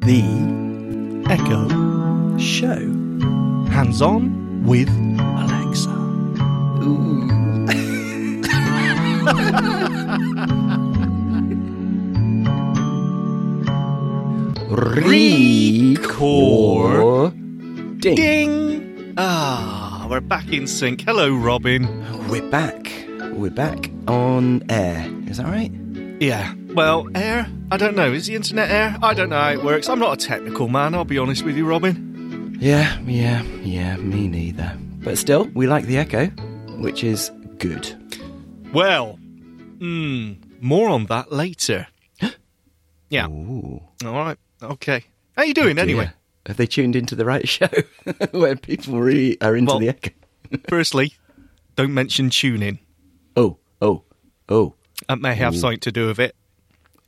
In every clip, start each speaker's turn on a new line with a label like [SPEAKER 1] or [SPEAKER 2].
[SPEAKER 1] The Echo Show. Hands on with Alexa.
[SPEAKER 2] Recording.
[SPEAKER 1] Ding! Ah, we're back in sync. Hello, Robin.
[SPEAKER 2] We're back. We're back on air. Is that right?
[SPEAKER 1] Yeah. Well, air? I don't know. Is the internet air? I don't know how it works. I'm not a technical man, I'll be honest with you, Robin.
[SPEAKER 2] Yeah, yeah, yeah, me neither. But still, we like the echo, which is good.
[SPEAKER 1] Well, hmm, more on that later. Oh. yeah.
[SPEAKER 2] Ooh.
[SPEAKER 1] All right. Okay. How you doing anyway?
[SPEAKER 2] Dear. Have they tuned into the right show where people really are into
[SPEAKER 1] Well-
[SPEAKER 2] the echo?
[SPEAKER 1] Firstly, don't mention tuning.
[SPEAKER 2] Oh, oh, oh,
[SPEAKER 1] That may have something to do with it.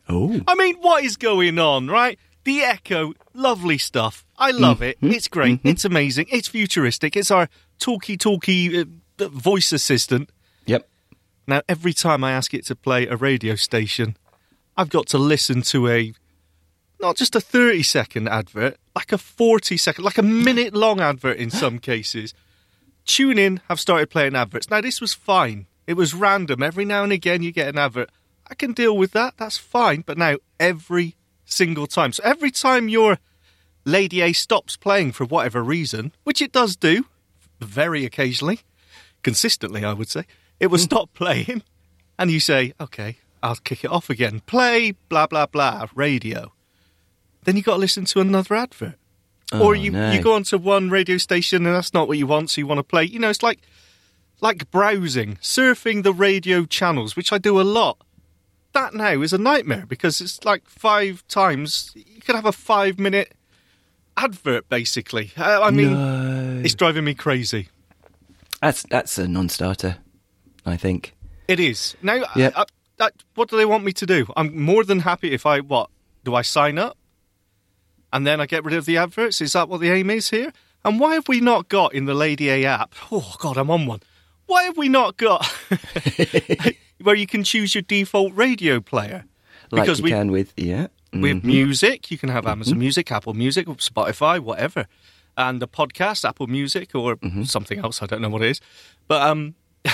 [SPEAKER 2] oh.
[SPEAKER 1] I mean, what is going on, right? The Echo, lovely stuff. I love it. It's great. It's amazing. It's futuristic. It's our talky talky uh, uh, voice assistant.
[SPEAKER 2] Yep.
[SPEAKER 1] Now, every time I ask it to play a radio station, I've got to listen to a not just a 30 second advert, like a 40 second, like a minute long advert in some cases. Tune in have started playing adverts. Now, this was fine. It was random. Every now and again, you get an advert. I can deal with that. That's fine. But now, every single time. So, every time your Lady A stops playing for whatever reason, which it does do very occasionally, consistently, I would say, it will stop playing. And you say, okay, I'll kick it off again. Play, blah, blah, blah, radio. Then you got to listen to another advert. or you,
[SPEAKER 2] no.
[SPEAKER 1] you go onto one radio station and that's not what you want, so you want to play. You know, it's like like browsing, surfing the radio channels, which I do a lot. That now is a nightmare because it's like five times. You could have a five minute advert, basically. Uh, I, I mean,
[SPEAKER 2] No.
[SPEAKER 1] it's driving me crazy.
[SPEAKER 2] That's that's a non-starter, I think.
[SPEAKER 1] It is. Now, I-
[SPEAKER 2] Yep.
[SPEAKER 1] I- I- what do they want me to do? I'm more than happy if I, what? Do I sign up? And then I get rid of the adverts? Is that what the aim is here? And why have we not got in the Lady A app? Oh, God, I'm on one. Why have we not got where you can choose your default radio player?
[SPEAKER 2] Like
[SPEAKER 1] Because
[SPEAKER 2] you
[SPEAKER 1] we-
[SPEAKER 2] can with yeah. Mm.
[SPEAKER 1] with music. You can have Amazon Music, Apple Music, Spotify, whatever, and the podcast, Apple Music, or something else. I don't know what it is. But um,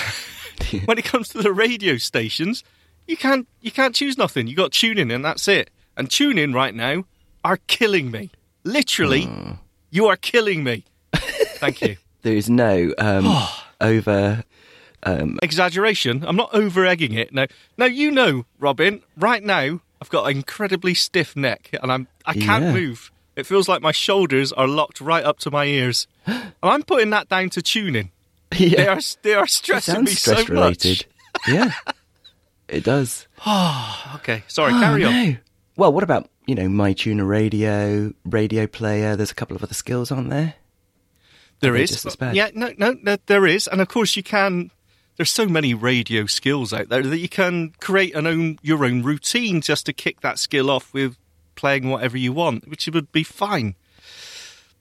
[SPEAKER 1] when it comes to the radio stations, you can't you can't choose nothing. You got tune in, and that's it. And tune in right now are killing me. Literally, you are killing me. Thank you.
[SPEAKER 2] There is no um, over
[SPEAKER 1] exaggeration. I'm not over egging it. No, now you know, Robin. Right now, I've got an incredibly stiff neck, and I'm I can't
[SPEAKER 2] Yeah.
[SPEAKER 1] move. It feels like my shoulders are locked right up to my ears, and I'm putting that down to tuning. They
[SPEAKER 2] yeah.
[SPEAKER 1] are they are stressing me so much.
[SPEAKER 2] yeah, it does.
[SPEAKER 1] Okay, sorry. carry on.
[SPEAKER 2] Oh, No. Well, what about you know MyTuner Radio, Radio Player? There's a couple of other skills, aren't there?
[SPEAKER 1] There
[SPEAKER 2] They're
[SPEAKER 1] is,
[SPEAKER 2] just as
[SPEAKER 1] but-
[SPEAKER 2] bad.
[SPEAKER 1] yeah, no, no, no, there is, and of course you can. There's so many radio skills out there that you can create an own your own routine just to kick that skill off with playing whatever you want, which would be fine.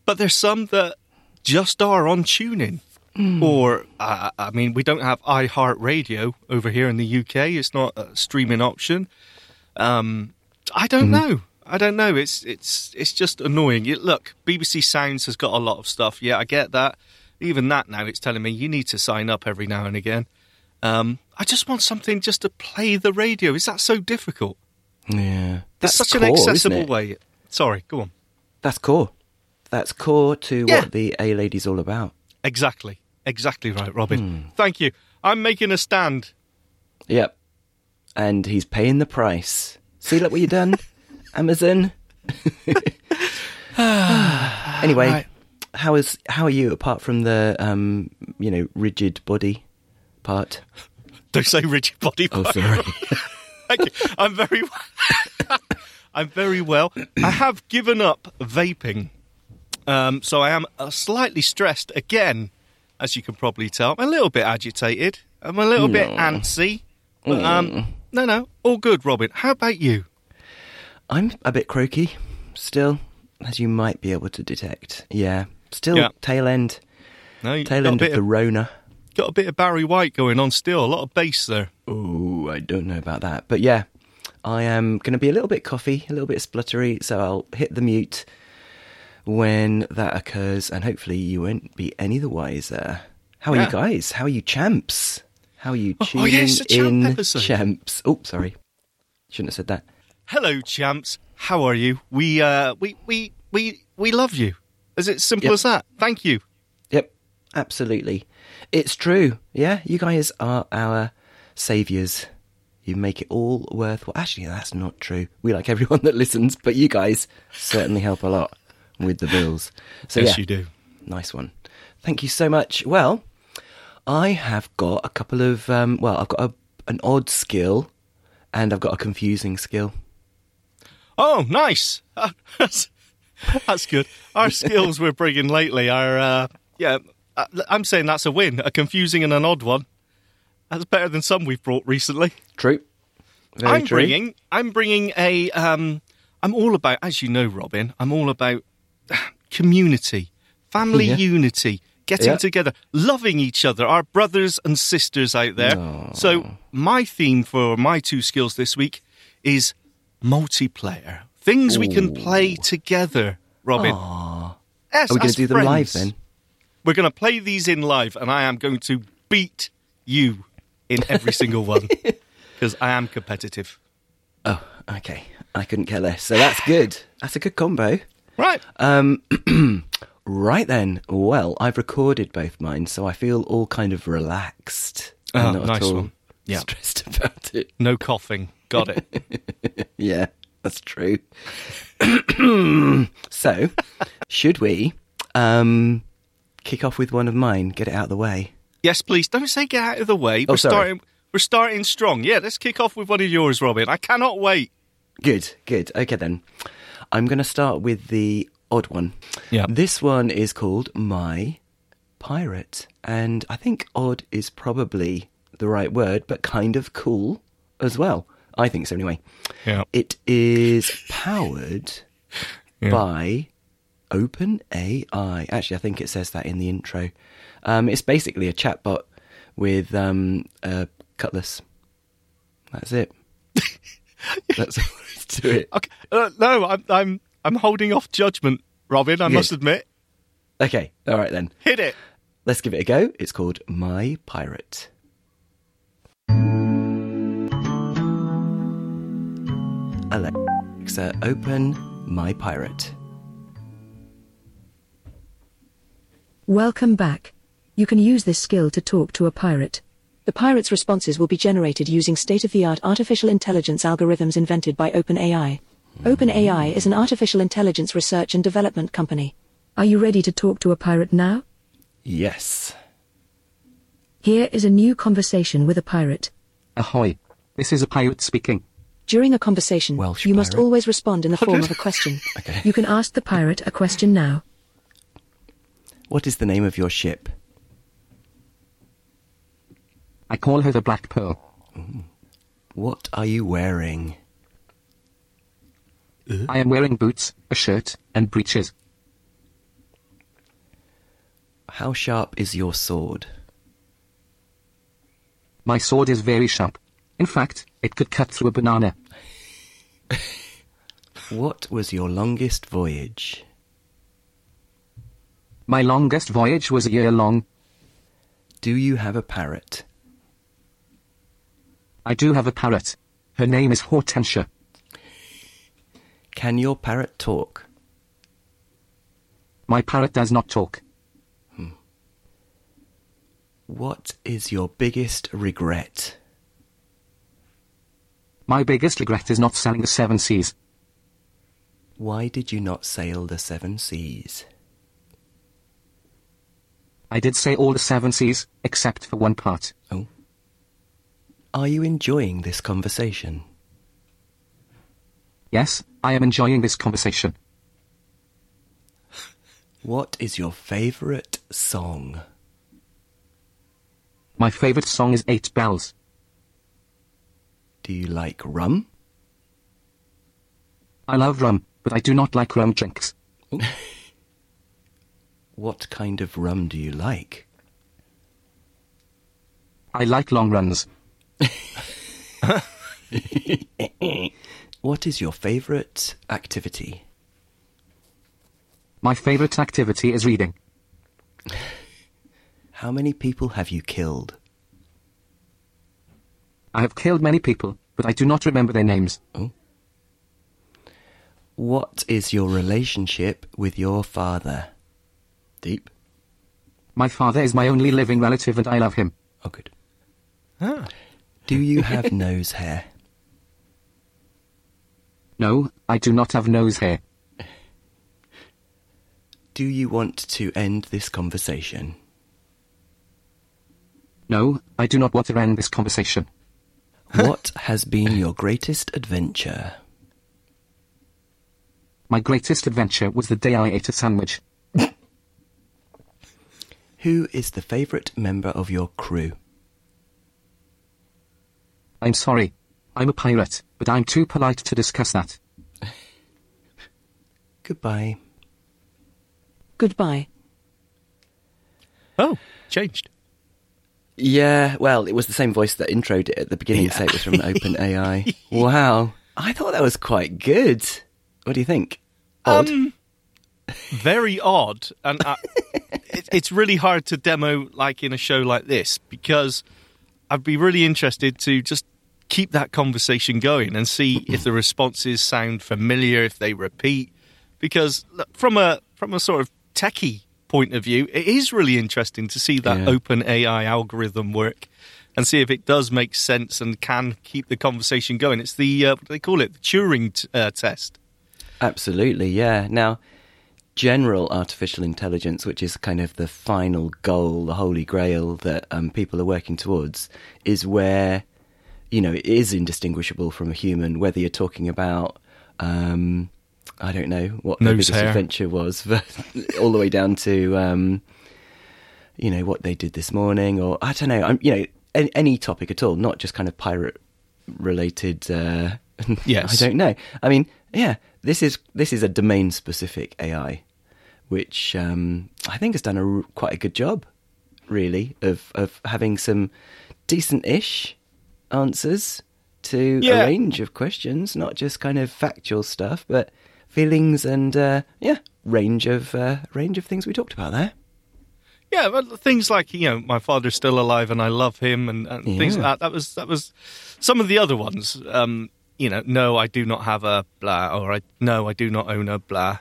[SPEAKER 1] But there's some that just are on tuning, or uh, I mean, we don't have iHeartRadio over here in the UK. It's not a streaming option. I don't
[SPEAKER 2] Mm-hmm.
[SPEAKER 1] know. I don't know. It's it's it's just annoying. It, look, BBC Sounds has got a lot of stuff. Yeah, I get that. Even that now, it's telling me you need to sign up every now and again. Um, I just want something just to play the radio. Is that so difficult?
[SPEAKER 2] Yeah,
[SPEAKER 1] There's
[SPEAKER 2] that's
[SPEAKER 1] such
[SPEAKER 2] core,
[SPEAKER 1] an
[SPEAKER 2] isn't
[SPEAKER 1] accessible
[SPEAKER 2] it?
[SPEAKER 1] way. Sorry, go on.
[SPEAKER 2] That's core. That's core to
[SPEAKER 1] Yeah.
[SPEAKER 2] what the A Lady's all about.
[SPEAKER 1] Exactly, exactly right, Robin.
[SPEAKER 2] Hmm.
[SPEAKER 1] Thank you. I'm making a stand.
[SPEAKER 2] Yep. And he's paying the price. See, look what you done, Amazon. anyway,
[SPEAKER 1] Right.
[SPEAKER 2] how is how are you apart from the um, you know rigid body part?
[SPEAKER 1] Don't say rigid body.
[SPEAKER 2] Oh,
[SPEAKER 1] part.
[SPEAKER 2] sorry.
[SPEAKER 1] Thank you. I'm very. I'm very well. I have given up vaping, um, so I am uh, slightly stressed again, as you can probably tell. I'm a little bit agitated. I'm a little bit antsy.
[SPEAKER 2] Mm.
[SPEAKER 1] But, um, no, no, all good, Robin. How about you?
[SPEAKER 2] I'm a bit croaky still, as you might be able to detect. Yeah, still
[SPEAKER 1] Yeah.
[SPEAKER 2] tail end,
[SPEAKER 1] No, you
[SPEAKER 2] tail
[SPEAKER 1] got a
[SPEAKER 2] end of
[SPEAKER 1] bit
[SPEAKER 2] the
[SPEAKER 1] of,
[SPEAKER 2] Rona.
[SPEAKER 1] got a bit of Barry White going on still. A lot of bass there.
[SPEAKER 2] Oh, I don't know about that, but yeah, I am going to be a little bit coffee, a little bit spluttery, so I'll hit the mute when that occurs, and hopefully you won't be any the wiser. How are
[SPEAKER 1] Yeah.
[SPEAKER 2] you guys? How are you, champs? How are you
[SPEAKER 1] Oh,
[SPEAKER 2] tuning
[SPEAKER 1] oh, yeah, it's a champ
[SPEAKER 2] in,
[SPEAKER 1] episode.
[SPEAKER 2] champs? Oh, sorry, shouldn't have said that.
[SPEAKER 1] Hello, champs. How are you? We uh, we we we we love you. Is it simple
[SPEAKER 2] Yep.
[SPEAKER 1] as that? Thank you.
[SPEAKER 2] Yep, absolutely. It's true. Yeah, you guys are our saviors. You make it all worthwhile. Actually, that's not true. We like everyone that listens, but you guys certainly help a lot with the bills. So
[SPEAKER 1] yes,
[SPEAKER 2] yeah,
[SPEAKER 1] you do.
[SPEAKER 2] nice one. Thank you so much. Well, I have got a couple of um, well, I've got a, an odd skill, and I've got a confusing skill.
[SPEAKER 1] Oh, nice. that's, that's good. Our skills we're bringing lately are uh, yeah. I- I'm saying that's a win, a confusing and an odd one. That's better than some we've brought recently.
[SPEAKER 2] True. Very
[SPEAKER 1] I'm
[SPEAKER 2] true.
[SPEAKER 1] bringing. I'm bringing a. Um, I'm all about, as you know, Robin. I'm all about community, family
[SPEAKER 2] Yeah.
[SPEAKER 1] unity, getting
[SPEAKER 2] Yeah.
[SPEAKER 1] together, loving each other, our brothers and sisters out there. So my theme for my two skills this week is multiplayer things we can play together. Robin, Yes,
[SPEAKER 2] Are we going
[SPEAKER 1] as
[SPEAKER 2] to do them live
[SPEAKER 1] friends.
[SPEAKER 2] then?
[SPEAKER 1] We're going to play these in live, and I am going to beat you in every single one because I am competitive.
[SPEAKER 2] Oh, okay. I couldn't care less. So that's good. That's a good combo.
[SPEAKER 1] Right.
[SPEAKER 2] Um, Right then. Well, I've recorded both mine, so I feel all kind of relaxed. and
[SPEAKER 1] Ah,
[SPEAKER 2] not
[SPEAKER 1] nice
[SPEAKER 2] at all
[SPEAKER 1] one. Yeah.
[SPEAKER 2] stressed about it.
[SPEAKER 1] No coughing. Got it.
[SPEAKER 2] Yeah, that's true. so, should we um, kick off with one of mine? Get it out of the way.
[SPEAKER 1] yes, please. Don't say get out of the way. We're
[SPEAKER 2] Oh, sorry.
[SPEAKER 1] starting. We're starting strong. Yeah, let's kick off with one of yours, Robin. I cannot wait.
[SPEAKER 2] Good, good. Okay then. I'm going to start with the odd one.
[SPEAKER 1] Yeah.
[SPEAKER 2] This one is called My Pirate. And I think odd is probably the right word, but kind of cool as well. I think so anyway.
[SPEAKER 1] Yeah.
[SPEAKER 2] It is powered
[SPEAKER 1] Yeah.
[SPEAKER 2] by OpenAI. Actually, I think it says that in the intro. Um, it's basically a chatbot with um, a cutlass. That's it. That's all there is to it.
[SPEAKER 1] Okay. Uh, no, I'm. I'm. I'm holding off judgment, Robin. I
[SPEAKER 2] Good.
[SPEAKER 1] must admit.
[SPEAKER 2] Okay, all right then.
[SPEAKER 1] Hit it.
[SPEAKER 2] Let's give it a go. It's called My Pirate. Alexa, open My Pirate.
[SPEAKER 3] Welcome back. You can use this skill to talk to a pirate.
[SPEAKER 4] The pirate's responses will be generated using state of the art artificial intelligence algorithms invented by OpenAI. OpenAI is an artificial intelligence research and development company.
[SPEAKER 3] Are you ready to talk to a pirate now?
[SPEAKER 2] Yes.
[SPEAKER 3] Here is a new conversation with a pirate.
[SPEAKER 5] Ahoy. This is a pirate speaking.
[SPEAKER 4] During a conversation,
[SPEAKER 2] Welsh
[SPEAKER 4] you must
[SPEAKER 2] pirate.
[SPEAKER 4] always respond in the form of a question.
[SPEAKER 3] You can ask the pirate a question now.
[SPEAKER 2] What is the name of your ship?
[SPEAKER 5] I call her the Black Pearl.
[SPEAKER 2] What are you wearing?
[SPEAKER 5] I am wearing boots, a shirt, and breeches.
[SPEAKER 2] How sharp is your sword?
[SPEAKER 5] My sword is very sharp. In fact, it could cut through a banana.
[SPEAKER 2] What was your longest voyage?
[SPEAKER 5] My longest voyage was a year long.
[SPEAKER 2] Do you have a parrot?
[SPEAKER 5] I do have a parrot. Her name is Hortensia.
[SPEAKER 2] Can your parrot talk?
[SPEAKER 5] My parrot does not talk.
[SPEAKER 2] What is your biggest regret?
[SPEAKER 5] My biggest regret is not selling the Seven Seas.
[SPEAKER 2] Why did you not sail the seven seas?
[SPEAKER 5] I did say all the Seven Seas, except for one part.
[SPEAKER 2] Oh. Are you enjoying this conversation?
[SPEAKER 5] Yes, I am enjoying this conversation.
[SPEAKER 2] What is your favourite song?
[SPEAKER 5] My favorite song is Eight Bells.
[SPEAKER 2] Do you like rum?
[SPEAKER 5] I love rum, but I do not like rum drinks.
[SPEAKER 2] What kind of rum do you like?
[SPEAKER 5] I like long runs.
[SPEAKER 2] What is your favourite activity?
[SPEAKER 5] My favorite activity is reading.
[SPEAKER 2] How many people have you killed?
[SPEAKER 5] I have killed many people, but I do not remember their names.
[SPEAKER 2] What is your relationship with your father? Deep.
[SPEAKER 5] My father is my only living relative and I love him.
[SPEAKER 2] Oh, good.
[SPEAKER 1] Ah.
[SPEAKER 2] Do you have nose hair?
[SPEAKER 5] No, I do not have nose hair.
[SPEAKER 2] Do you want to end this conversation?
[SPEAKER 5] No, I do not want to end this conversation.
[SPEAKER 2] What has been your greatest adventure?
[SPEAKER 5] My greatest adventure was the day I ate a sandwich.
[SPEAKER 2] Who is the favourite member of your crew?
[SPEAKER 5] I'm sorry. I'm a pirate, but I'm too polite to discuss that.
[SPEAKER 2] Goodbye.
[SPEAKER 4] Goodbye.
[SPEAKER 1] Oh, changed.
[SPEAKER 2] Yeah, well, it was the same voice that introed it at the beginning, so it was from OpenAI. wow. I thought that was quite good. What do you think? Odd.
[SPEAKER 1] very odd, and I, it, it's really hard to demo like in a show like this because I'd be really interested to just keep that conversation going and see if the responses sound familiar, if they repeat. Because look, from a from a sort of techie point of view, it is really interesting to see that
[SPEAKER 2] Yeah.
[SPEAKER 1] open AI algorithm work and see if it does make sense and can keep the conversation going. It's the uh, what do they call it? The Turing t- uh, test.
[SPEAKER 2] Absolutely, yeah. Now, general artificial intelligence, which is kind of the final goal, the holy grail that um, people are working towards, is where, you know, it is indistinguishable from a human, whether you're talking about. Um, I don't know what the
[SPEAKER 1] Nose
[SPEAKER 2] biggest
[SPEAKER 1] hair.
[SPEAKER 2] adventure was, but all the way down to um, you know what they did this morning, or I don't know. I'm, you know, any, any topic at all, not just kind of pirate related. Uh,
[SPEAKER 1] Yes.
[SPEAKER 2] I don't know. I mean, yeah, this is this is a domain specific AI, which um, I think has done a r- quite a good job, really, of of having some decent ish answers to
[SPEAKER 1] Yeah.
[SPEAKER 2] a range of questions, not just kind of factual stuff, but feelings and uh, yeah, range of uh, range of things we talked about there.
[SPEAKER 1] Yeah, but things like you know, my father's still alive and I love him, and, and things
[SPEAKER 2] Yeah.
[SPEAKER 1] like that. That was that was some of the other ones. Um, you know, no, I do not have a blah, or I no, I do not own a blah.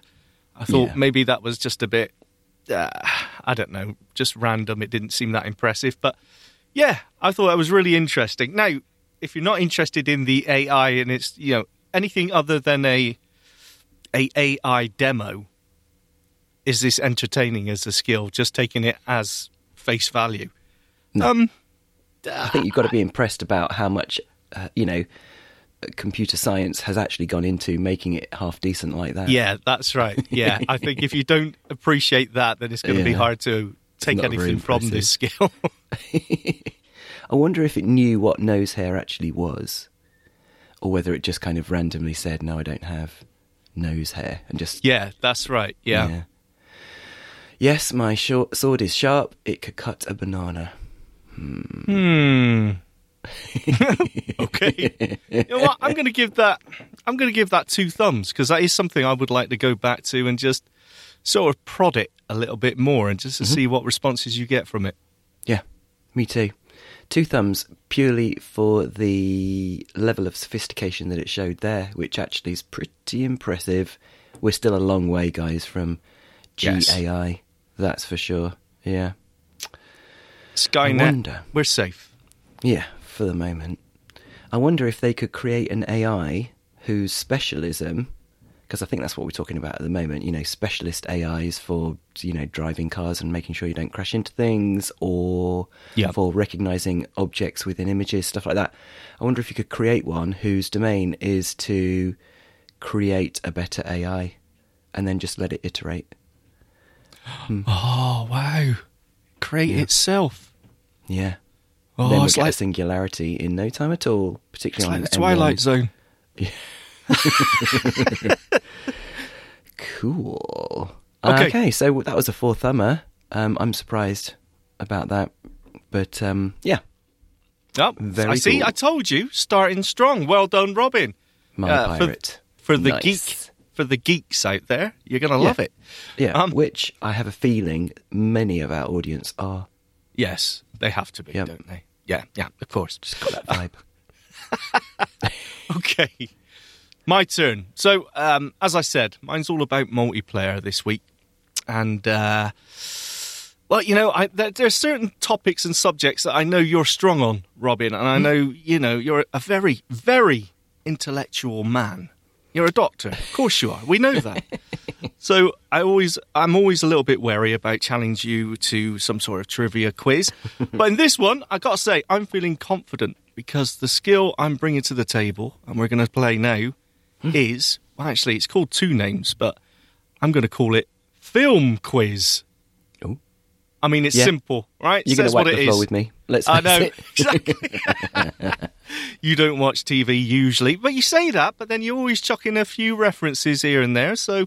[SPEAKER 1] I thought
[SPEAKER 2] Yeah.
[SPEAKER 1] maybe that was just a bit, uh, I don't know, just random. It didn't seem that impressive, but yeah, I thought that was really interesting. Now, if you're not interested in the AI and it's you know anything other than a a AI demo, is this entertaining as a skill? Just taking it as face value. Um,
[SPEAKER 2] I think you've got to be impressed about how much, uh, you know, computer science has actually gone into making it half decent like that.
[SPEAKER 1] yeah, that's right. Yeah, I think if you don't appreciate that, then it's going to be
[SPEAKER 2] Yeah.
[SPEAKER 1] hard to take
[SPEAKER 2] not very
[SPEAKER 1] anything from this skill.
[SPEAKER 2] I wonder if it knew what nose hair actually was, or whether it just kind of randomly said, "No, I don't have nose hair," and just
[SPEAKER 1] yeah, that's right. Yeah.
[SPEAKER 2] Yes, my short sword is sharp. It could cut a banana.
[SPEAKER 1] Hmm. okay. You know what? I'm going to give that. I'm going to give that two thumbs because that is something I would like to go back to and just sort of prod it a little bit more and just to see what responses you get from it.
[SPEAKER 2] Yeah, me too. Two thumbs purely for the level of sophistication that it showed there, which actually is pretty impressive. We're still a long way, guys, from
[SPEAKER 1] Yes.
[SPEAKER 2] GAI. That's for sure. Yeah.
[SPEAKER 1] Skynet,
[SPEAKER 2] wonder.
[SPEAKER 1] we're safe.
[SPEAKER 2] Yeah, for the moment. I wonder if they could create an AI whose specialism, because I think that's what we're talking about at the moment, you know, specialist AIs for, you know, driving cars and making sure you don't crash into things or
[SPEAKER 1] Yeah.
[SPEAKER 2] for recognizing objects within images, stuff like that. I wonder if you could create one whose domain is to create a better AI and then just let it iterate.
[SPEAKER 1] Oh wow! Create itself.
[SPEAKER 2] Yeah.
[SPEAKER 1] Oh,
[SPEAKER 2] then we'll
[SPEAKER 1] it's
[SPEAKER 2] get a
[SPEAKER 1] like,
[SPEAKER 2] singularity in no time at all,
[SPEAKER 1] it's like
[SPEAKER 2] particularly on
[SPEAKER 1] the
[SPEAKER 2] M one.
[SPEAKER 1] Twilight Zone.
[SPEAKER 2] Cool.
[SPEAKER 1] Okay.
[SPEAKER 2] Okay. so that was a four thumber. Um, I'm surprised about that, but um, yeah,
[SPEAKER 1] Yep.
[SPEAKER 2] Very
[SPEAKER 1] I see.
[SPEAKER 2] cool.
[SPEAKER 1] I told you, starting strong. Well done, Robin.
[SPEAKER 2] My
[SPEAKER 1] Uh, for-
[SPEAKER 2] pirate.
[SPEAKER 1] For, the
[SPEAKER 2] Nice.
[SPEAKER 1] geek, for the geeks out there, you're gonna love it.
[SPEAKER 2] Yeah,
[SPEAKER 1] Um,
[SPEAKER 2] which I have a feeling many of our audience are.
[SPEAKER 1] Yes, they have to be,
[SPEAKER 2] Yep.
[SPEAKER 1] don't they? Yeah, yeah, of course.
[SPEAKER 2] Just got that vibe.
[SPEAKER 1] Okay. My turn. So, um, as I said, mine's all about multiplayer this week. And, uh, well, you know, I, there, there are certain topics and subjects that I know you're strong on, Robin. And I know, you know, you're a very, very intellectual man. You're a doctor. Of course you are. We know that. so I always, I'm always a little bit wary about challenging you to some sort of trivia quiz. but in this one, I got to say, I'm feeling confident because the skill I'm bringing to the table, and we're going to play now,
[SPEAKER 2] Hmm.
[SPEAKER 1] is well, actually, it's called two names, but I'm going to call it film quiz.
[SPEAKER 2] Oh.
[SPEAKER 1] I mean, it's
[SPEAKER 2] Yeah.
[SPEAKER 1] simple, right?
[SPEAKER 2] You're going
[SPEAKER 1] Says
[SPEAKER 2] to wipe
[SPEAKER 1] what it
[SPEAKER 2] the floor
[SPEAKER 1] is.
[SPEAKER 2] with me. Let's.
[SPEAKER 1] I
[SPEAKER 2] face
[SPEAKER 1] know
[SPEAKER 2] it.
[SPEAKER 1] exactly. you don't watch TV usually, but you say that, but then you always chuck in a few references here and there. So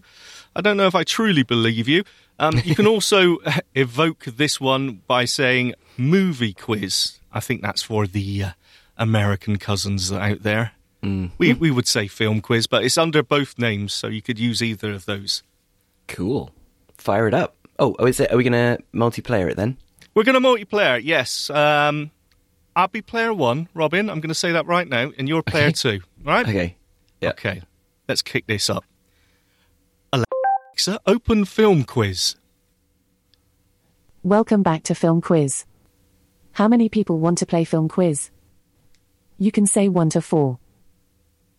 [SPEAKER 1] I don't know if I truly believe you. Um, you can also evoke this one by saying movie quiz. I think that's for the uh, American cousins out there. We we would say film quiz, but it's under both names, so you could use either of those.
[SPEAKER 2] Cool. Fire it up. Oh, oh, is it? Are we going to multiplayer it then?
[SPEAKER 1] We're going to multiplayer. Yes. Um, I'll be player one, Robin. I'm going to say that right now, and you're player two. All right.
[SPEAKER 2] Okay. Yeah.
[SPEAKER 1] Okay. Let's kick this up. Alexa, open film quiz.
[SPEAKER 6] Welcome back to Film Quiz. How many people want to play Film Quiz? You can say 1 to 4.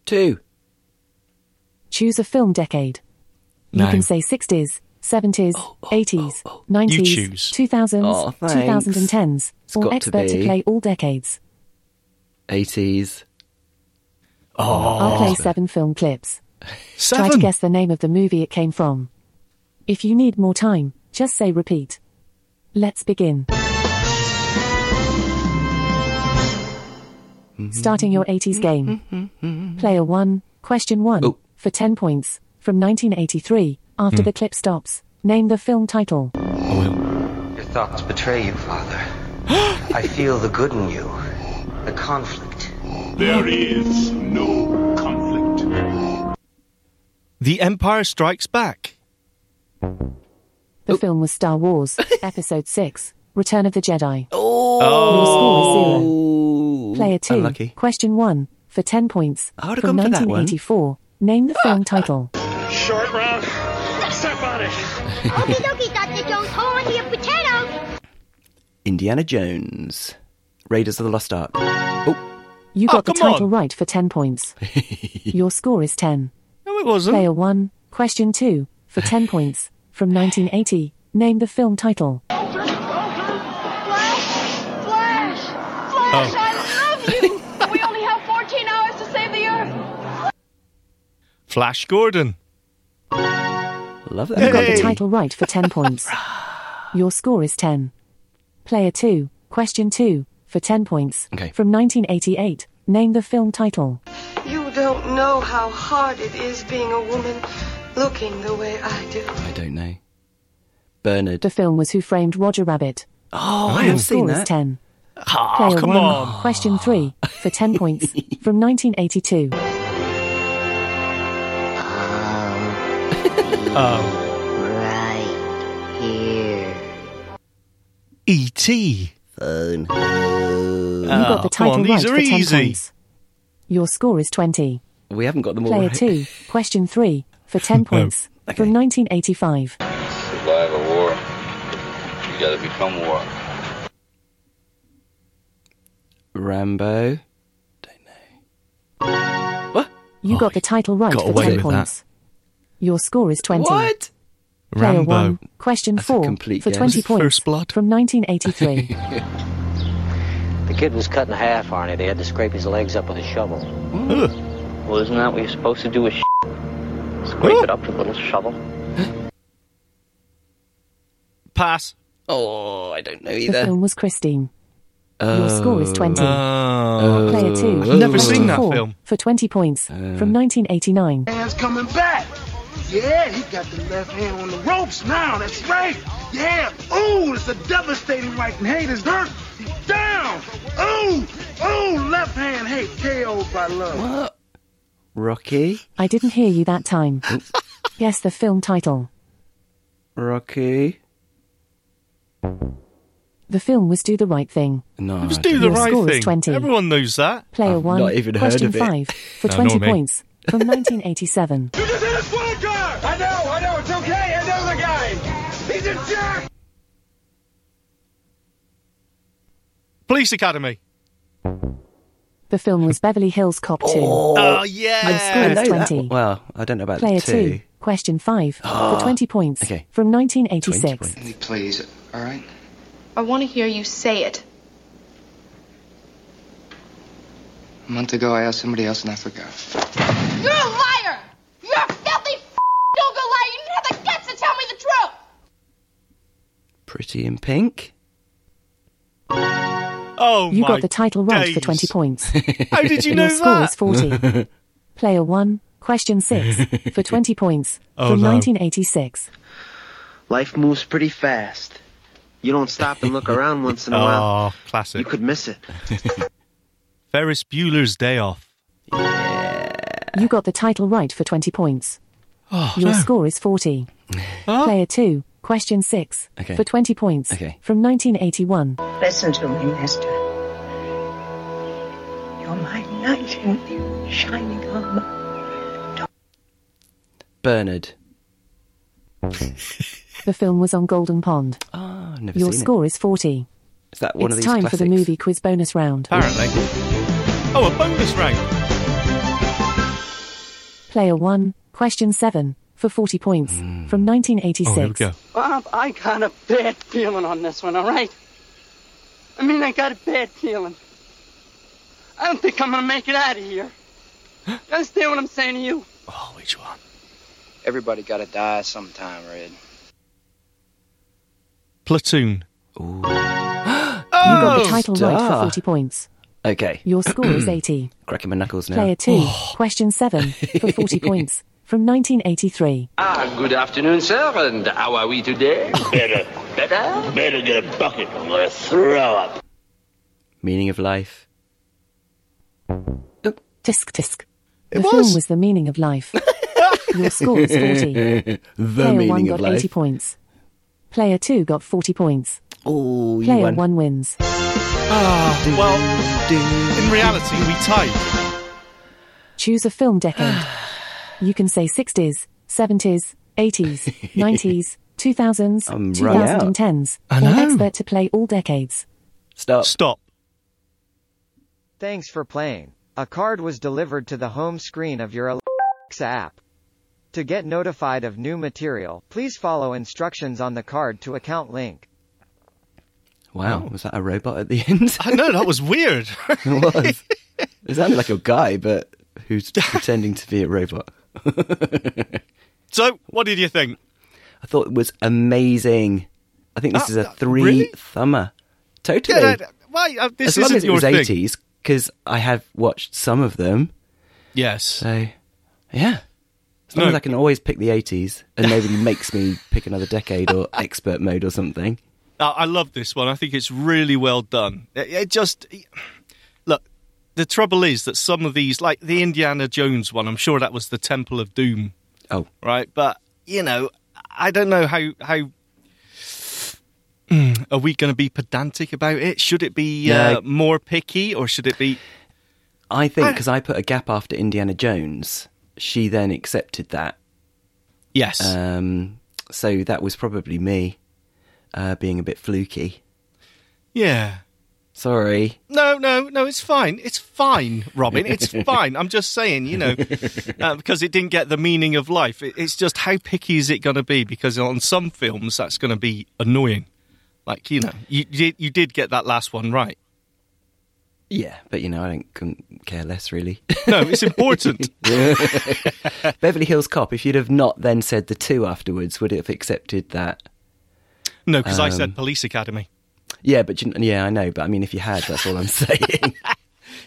[SPEAKER 2] Two.
[SPEAKER 6] Choose a film decade.
[SPEAKER 1] No.
[SPEAKER 6] You can say 60s, 70s, 80s, 90s,
[SPEAKER 1] You choose.
[SPEAKER 6] 2000s,
[SPEAKER 2] Oh, thanks.
[SPEAKER 6] 2010s,
[SPEAKER 2] It's got
[SPEAKER 6] or
[SPEAKER 2] to
[SPEAKER 6] expert to,
[SPEAKER 2] be.
[SPEAKER 6] play all decades.
[SPEAKER 2] 80s.
[SPEAKER 1] Oh.
[SPEAKER 6] I'll play 7 film clips.
[SPEAKER 1] Seven.
[SPEAKER 6] Try to guess the name of the movie it came from. If you need more time, just say repeat. Let's begin. Starting your 80s game. Player 1, question 1,
[SPEAKER 2] Oh.
[SPEAKER 6] for 10 points, from 1983, after the clip stops. Name the film title.
[SPEAKER 7] Your thoughts betray you, Father. I feel the good in you, the conflict.
[SPEAKER 8] There is no conflict.
[SPEAKER 1] The Empire Strikes Back.
[SPEAKER 6] The film was Star Wars, Episode 6, Return of the Jedi. Your
[SPEAKER 1] Oh.
[SPEAKER 6] score is 0.
[SPEAKER 2] Ooh.
[SPEAKER 6] Player 2,
[SPEAKER 2] Unlucky.
[SPEAKER 6] question 1, for 10 points,
[SPEAKER 2] I would've
[SPEAKER 6] from
[SPEAKER 2] gone for that one.
[SPEAKER 6] 1984. Name the
[SPEAKER 2] Ah.
[SPEAKER 6] film title.
[SPEAKER 8] Short round. Step on it.
[SPEAKER 9] Okie dokie, Dr. Jones, hold on to your potatoes.
[SPEAKER 2] Indiana Jones. Raiders of the Lost Ark. Oh,
[SPEAKER 6] You
[SPEAKER 1] Oh,
[SPEAKER 6] got the
[SPEAKER 1] come
[SPEAKER 6] title
[SPEAKER 1] on.
[SPEAKER 6] right for 10 points. Your score is 10.
[SPEAKER 1] No, it wasn't.
[SPEAKER 6] Player 1, question 2, for 10 points. From 1980, name the film title.
[SPEAKER 9] Flash, Flash, Flash, I love you. we only have 14 hours to save the Earth.
[SPEAKER 1] Flash Gordon.
[SPEAKER 2] love that.
[SPEAKER 6] You got
[SPEAKER 1] Hey.
[SPEAKER 6] the title right for 10 points. Your score is 10. Player 2, question 2, for 10 points.
[SPEAKER 2] Okay.
[SPEAKER 6] From 1988, name the film title.
[SPEAKER 10] You don't know how hard it is being a woman looking the way I do.
[SPEAKER 2] I don't know. Bernard.
[SPEAKER 4] Oh,
[SPEAKER 6] The film was Who Framed Roger Rabbit.
[SPEAKER 2] Oh, I
[SPEAKER 6] Your
[SPEAKER 2] have
[SPEAKER 6] score
[SPEAKER 2] seen
[SPEAKER 6] is
[SPEAKER 2] that.
[SPEAKER 6] 10.
[SPEAKER 1] Ah,
[SPEAKER 6] Player
[SPEAKER 1] come
[SPEAKER 6] 1,
[SPEAKER 1] on.
[SPEAKER 6] question 3, for 10 points. From 1982.
[SPEAKER 1] Oh.
[SPEAKER 7] Right here.
[SPEAKER 1] E E.T.
[SPEAKER 2] Phone.
[SPEAKER 6] You got
[SPEAKER 1] Ah,
[SPEAKER 6] the
[SPEAKER 1] come
[SPEAKER 6] title
[SPEAKER 1] on,
[SPEAKER 6] right
[SPEAKER 1] these
[SPEAKER 6] for
[SPEAKER 1] are
[SPEAKER 6] 10
[SPEAKER 1] easy.
[SPEAKER 6] points. Your score is 20.
[SPEAKER 2] We haven't got them all
[SPEAKER 6] Player
[SPEAKER 2] right.
[SPEAKER 6] 2, question 3, for 10 points. From 1985.
[SPEAKER 8] Survive a war. You gotta become war.
[SPEAKER 2] Rambo.
[SPEAKER 6] You got the title right
[SPEAKER 1] Oh, got
[SPEAKER 6] for
[SPEAKER 1] away
[SPEAKER 6] 10
[SPEAKER 1] with
[SPEAKER 6] points. Your score is 20.
[SPEAKER 2] What?
[SPEAKER 6] Player
[SPEAKER 1] Rambo.
[SPEAKER 6] 1, question
[SPEAKER 2] That's a
[SPEAKER 6] 4,
[SPEAKER 2] complete
[SPEAKER 6] for
[SPEAKER 2] guess.
[SPEAKER 6] 20
[SPEAKER 1] First
[SPEAKER 6] points.
[SPEAKER 1] Blood.
[SPEAKER 6] From 1983.
[SPEAKER 7] The kid was cut in half, Arnie. They had to scrape his legs up with a shovel. Well, isn't that what you're supposed to do with Scrape it up with a little shovel?
[SPEAKER 1] Pass.
[SPEAKER 2] Oh, I don't know
[SPEAKER 6] the
[SPEAKER 2] either.
[SPEAKER 6] film was Christine. Your score is 20.
[SPEAKER 1] Oh.
[SPEAKER 6] Player 2,
[SPEAKER 4] Uh,
[SPEAKER 1] I've never
[SPEAKER 6] question
[SPEAKER 1] seen that
[SPEAKER 6] 4,
[SPEAKER 1] film. Uh.
[SPEAKER 6] for 20 points. From 1989.
[SPEAKER 10] Man's coming back. Yeah, he got the left hand on the ropes now. That's right. Yeah. Ooh, it's a devastating right hand. It's hurt.
[SPEAKER 11] Down! Oh! Oh! Left hand, hey, KO'd by love.
[SPEAKER 2] What? Rocky?
[SPEAKER 4] I didn't hear you that time.
[SPEAKER 1] Oh.
[SPEAKER 4] Guess the film title.
[SPEAKER 2] Rocky?
[SPEAKER 4] The film was Do the Right Thing.
[SPEAKER 2] No.
[SPEAKER 1] It was do the
[SPEAKER 4] Your Oh, score
[SPEAKER 1] right
[SPEAKER 4] is
[SPEAKER 1] thing.
[SPEAKER 4] 20.
[SPEAKER 1] Everyone knows that.
[SPEAKER 4] Player one.
[SPEAKER 2] not even heard
[SPEAKER 4] question
[SPEAKER 2] of it.
[SPEAKER 4] five for
[SPEAKER 1] No,
[SPEAKER 4] twenty
[SPEAKER 1] nor me.
[SPEAKER 4] points from 1987.
[SPEAKER 11] You just hit a squad car! I know, I know, it's okay, I know the guy! He's a jerk!
[SPEAKER 1] Police Academy.
[SPEAKER 4] The film was Beverly Hills Cop Two.
[SPEAKER 1] Oh,
[SPEAKER 4] Your
[SPEAKER 1] yeah.
[SPEAKER 4] score
[SPEAKER 2] I know
[SPEAKER 4] is
[SPEAKER 2] that.
[SPEAKER 4] twenty.
[SPEAKER 2] Well, I don't know about
[SPEAKER 4] Player
[SPEAKER 2] the two.
[SPEAKER 4] two. Question five
[SPEAKER 1] Ah,
[SPEAKER 4] for twenty points
[SPEAKER 2] Okay.
[SPEAKER 4] from
[SPEAKER 2] 20
[SPEAKER 4] 1986.
[SPEAKER 2] points.
[SPEAKER 11] Please, alright?
[SPEAKER 12] I want to hear you say it.
[SPEAKER 11] A month ago, I asked somebody else and I forgot.
[SPEAKER 12] You're a liar! You're a filthy f- ogre liar! You didn't have the guts to tell me the truth!
[SPEAKER 2] Pretty in Pink?
[SPEAKER 1] Oh,
[SPEAKER 4] You
[SPEAKER 1] my
[SPEAKER 4] got the title right for
[SPEAKER 1] days.
[SPEAKER 4] 20 points.
[SPEAKER 1] How did you
[SPEAKER 4] Your
[SPEAKER 1] know
[SPEAKER 4] score is
[SPEAKER 1] that?
[SPEAKER 4] 40. Player 1, question 6, for 20 points,
[SPEAKER 1] Oh,
[SPEAKER 4] from
[SPEAKER 1] no.
[SPEAKER 4] 1986.
[SPEAKER 7] Life moves pretty fast. You don't stop and look around once in a while.
[SPEAKER 1] Oh,
[SPEAKER 7] You
[SPEAKER 1] classic.
[SPEAKER 7] could miss it.
[SPEAKER 1] Ferris Bueller's Day Off.
[SPEAKER 4] You got the title right for 20 points.
[SPEAKER 1] Oh,
[SPEAKER 4] Your
[SPEAKER 1] no.
[SPEAKER 4] score is 40.
[SPEAKER 1] Huh?
[SPEAKER 4] Player 2, question 6,
[SPEAKER 2] Okay.
[SPEAKER 4] for 20 points,
[SPEAKER 2] Okay.
[SPEAKER 4] from 1981.
[SPEAKER 13] Listen to me, Nesta. You're my knight in shining armor.
[SPEAKER 2] Bernard.
[SPEAKER 4] The film was on Golden Pond.
[SPEAKER 2] Ah, never
[SPEAKER 4] Your
[SPEAKER 2] seen
[SPEAKER 4] score is 40.
[SPEAKER 2] it. Is that one
[SPEAKER 4] it's
[SPEAKER 2] of these
[SPEAKER 4] time
[SPEAKER 2] classics?
[SPEAKER 4] for the movie quiz bonus round.
[SPEAKER 1] Apparently. Oh, a bonus round.
[SPEAKER 4] Player 1, question 7, for 40 points,
[SPEAKER 2] Hmm.
[SPEAKER 4] from 1986.
[SPEAKER 1] Oh, here we go.
[SPEAKER 9] Bob, I got a bad feeling on this one, all right? I mean, I got a bad feeling. I don't think I'm gonna make it out of here. You understand what I'm saying to you?
[SPEAKER 1] Oh, which one?
[SPEAKER 11] Everybody gotta die sometime, Red.
[SPEAKER 1] Platoon.
[SPEAKER 4] You got the
[SPEAKER 1] Oh,
[SPEAKER 4] title right for
[SPEAKER 2] star.
[SPEAKER 4] 40 points.
[SPEAKER 2] Okay.
[SPEAKER 4] Your score is 80.
[SPEAKER 2] Cracking my knuckles now.
[SPEAKER 4] Player 2,
[SPEAKER 2] Oh.
[SPEAKER 4] question 7, for 40 points, from 1983.
[SPEAKER 14] Ah, good afternoon, sir, and how are we today? Better. Better? Better get a bucket. I'm gonna throw up.
[SPEAKER 2] Meaning of life.
[SPEAKER 4] Tisk tisk.
[SPEAKER 2] It
[SPEAKER 4] The
[SPEAKER 2] was.
[SPEAKER 4] film was The Meaning of Life. Your score is 40.
[SPEAKER 2] the
[SPEAKER 4] Player 1
[SPEAKER 2] meaning
[SPEAKER 4] got
[SPEAKER 2] of life.
[SPEAKER 4] 80 points. Player 2 got 40 points.
[SPEAKER 2] Oh, you
[SPEAKER 4] Player
[SPEAKER 2] won.
[SPEAKER 4] 1 wins.
[SPEAKER 1] Ah, well, in reality, we tied.
[SPEAKER 4] Choose a film decade. You can say 60s, 70s, 80s, 90s, 2000s,
[SPEAKER 2] I'm run out.
[SPEAKER 4] 2010s.
[SPEAKER 1] I
[SPEAKER 4] Or
[SPEAKER 1] know.
[SPEAKER 4] expert to play all decades.
[SPEAKER 2] Stop.
[SPEAKER 1] Stop.
[SPEAKER 6] Thanks for playing. A card was delivered to the home screen of your Alexa app. To get notified of new material, please follow instructions on the card to account link.
[SPEAKER 1] Oh.
[SPEAKER 2] Wow, was that a robot at the end?
[SPEAKER 1] I know, that was weird.
[SPEAKER 2] it was. It sounded like a guy, but who's pretending to be a robot.
[SPEAKER 1] so, what did you think?
[SPEAKER 2] I thought it was amazing. I think this
[SPEAKER 1] Ah,
[SPEAKER 2] is a
[SPEAKER 1] uh,
[SPEAKER 2] three
[SPEAKER 1] really?
[SPEAKER 2] thumber. Totally.
[SPEAKER 1] Yeah, that- why, uh, this
[SPEAKER 2] as long
[SPEAKER 1] isn't
[SPEAKER 2] as it
[SPEAKER 1] your
[SPEAKER 2] was
[SPEAKER 1] thing.
[SPEAKER 2] 80s, because I have watched some of them.
[SPEAKER 1] Yes.
[SPEAKER 2] So, yeah. As long
[SPEAKER 1] No.
[SPEAKER 2] as I can always pick the 80s and nobody makes me pick another decade or expert mode or something.
[SPEAKER 1] Uh, I love this one. I think it's really well done. It, it just look. The trouble is that some of these, like the Indiana Jones one, I'm sure that was the Temple of Doom,
[SPEAKER 2] Oh,
[SPEAKER 1] right? But you know, I don't know how how Mm, are we going to be pedantic about it? Should it be
[SPEAKER 2] No.
[SPEAKER 1] uh, more picky or should it be?
[SPEAKER 2] I think because I put a gap after Indiana Jones, she then accepted that.
[SPEAKER 1] Yes.
[SPEAKER 2] Um, so that was probably me uh, being a bit fluky.
[SPEAKER 1] yeah.
[SPEAKER 2] Sorry.
[SPEAKER 1] No, no, no. It's fine. It's fine, Robin. It's fine. I'm just saying, you know, uh, because it didn't get the meaning of life. It, it's just how picky is it going to be? Because on some films, that's going to be annoying. Like you know, you did you did get that last one right.
[SPEAKER 2] Yeah, but you know, I don't couldn't care less really.
[SPEAKER 1] No, it's important.
[SPEAKER 2] Beverly Hills Cop, if you'd have not then said the two afterwards, would it have accepted that?
[SPEAKER 1] No, because I
[SPEAKER 2] Um,
[SPEAKER 1] said Police Academy.
[SPEAKER 2] Yeah, but you, yeah, I know. But I mean, if you had, that's all I'm saying.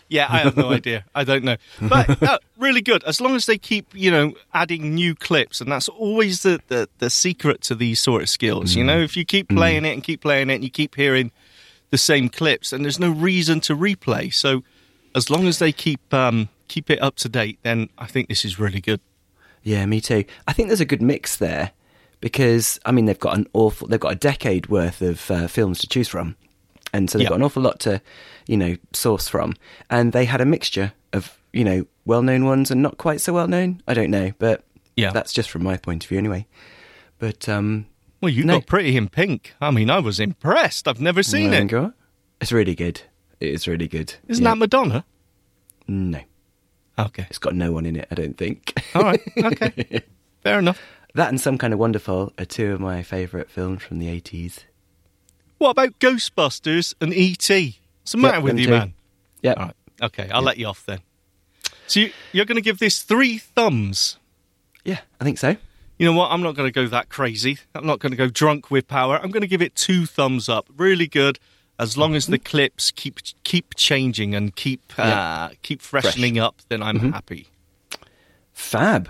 [SPEAKER 1] Yeah, I have no idea. I don't know. But no, really good. As long as they keep, you know, adding new clips, and that's always the,
[SPEAKER 2] Mm.
[SPEAKER 1] the, the secret to these sort of skills. You know, if you keep playing it and keep playing it and you keep hearing the same clips, and there's no reason to replay. So as long as they keep um, keep it up to date, then I think this is really good.
[SPEAKER 2] Yeah, me too. I think there's a good mix there because I mean they've got an awful they've got a decade worth of uh, films to choose from, and so they've
[SPEAKER 1] Yeah.
[SPEAKER 2] got an awful lot to you know source from, and they had a mixture of you know well known ones and not quite so well known. I don't know, but
[SPEAKER 1] Yeah.
[SPEAKER 2] that's just from my point of view anyway. But um,
[SPEAKER 1] Well, you got Pretty in Pink. I mean, I was impressed. I've never seen
[SPEAKER 2] there
[SPEAKER 1] it.
[SPEAKER 2] you go. It's really good. It is really good.
[SPEAKER 1] Isn't
[SPEAKER 2] Yeah.
[SPEAKER 1] that Madonna?
[SPEAKER 2] No.
[SPEAKER 1] Okay.
[SPEAKER 2] It's got no one in it, I don't think.
[SPEAKER 1] All right. Okay. Fair enough.
[SPEAKER 2] That and Some Kind of Wonderful are two of my favourite films from the 80s.
[SPEAKER 1] What about Ghostbusters and E.T.? What's the matter
[SPEAKER 2] Yep,
[SPEAKER 1] with
[SPEAKER 2] them
[SPEAKER 1] you,
[SPEAKER 2] two.
[SPEAKER 1] man?
[SPEAKER 2] Yeah.
[SPEAKER 1] Okay, I'll let you off then. So you, you're going to give this three thumbs.
[SPEAKER 2] Yeah, I think so.
[SPEAKER 1] You know what? I'm not going to go that crazy. I'm not going to go drunk with power. I'm going to give it two thumbs up. Really good, as long
[SPEAKER 2] Mm-hmm.
[SPEAKER 1] as the clips keep keep changing and keep uh, keep freshening up. Then I'm
[SPEAKER 2] Mhm.
[SPEAKER 1] happy.
[SPEAKER 2] Fab.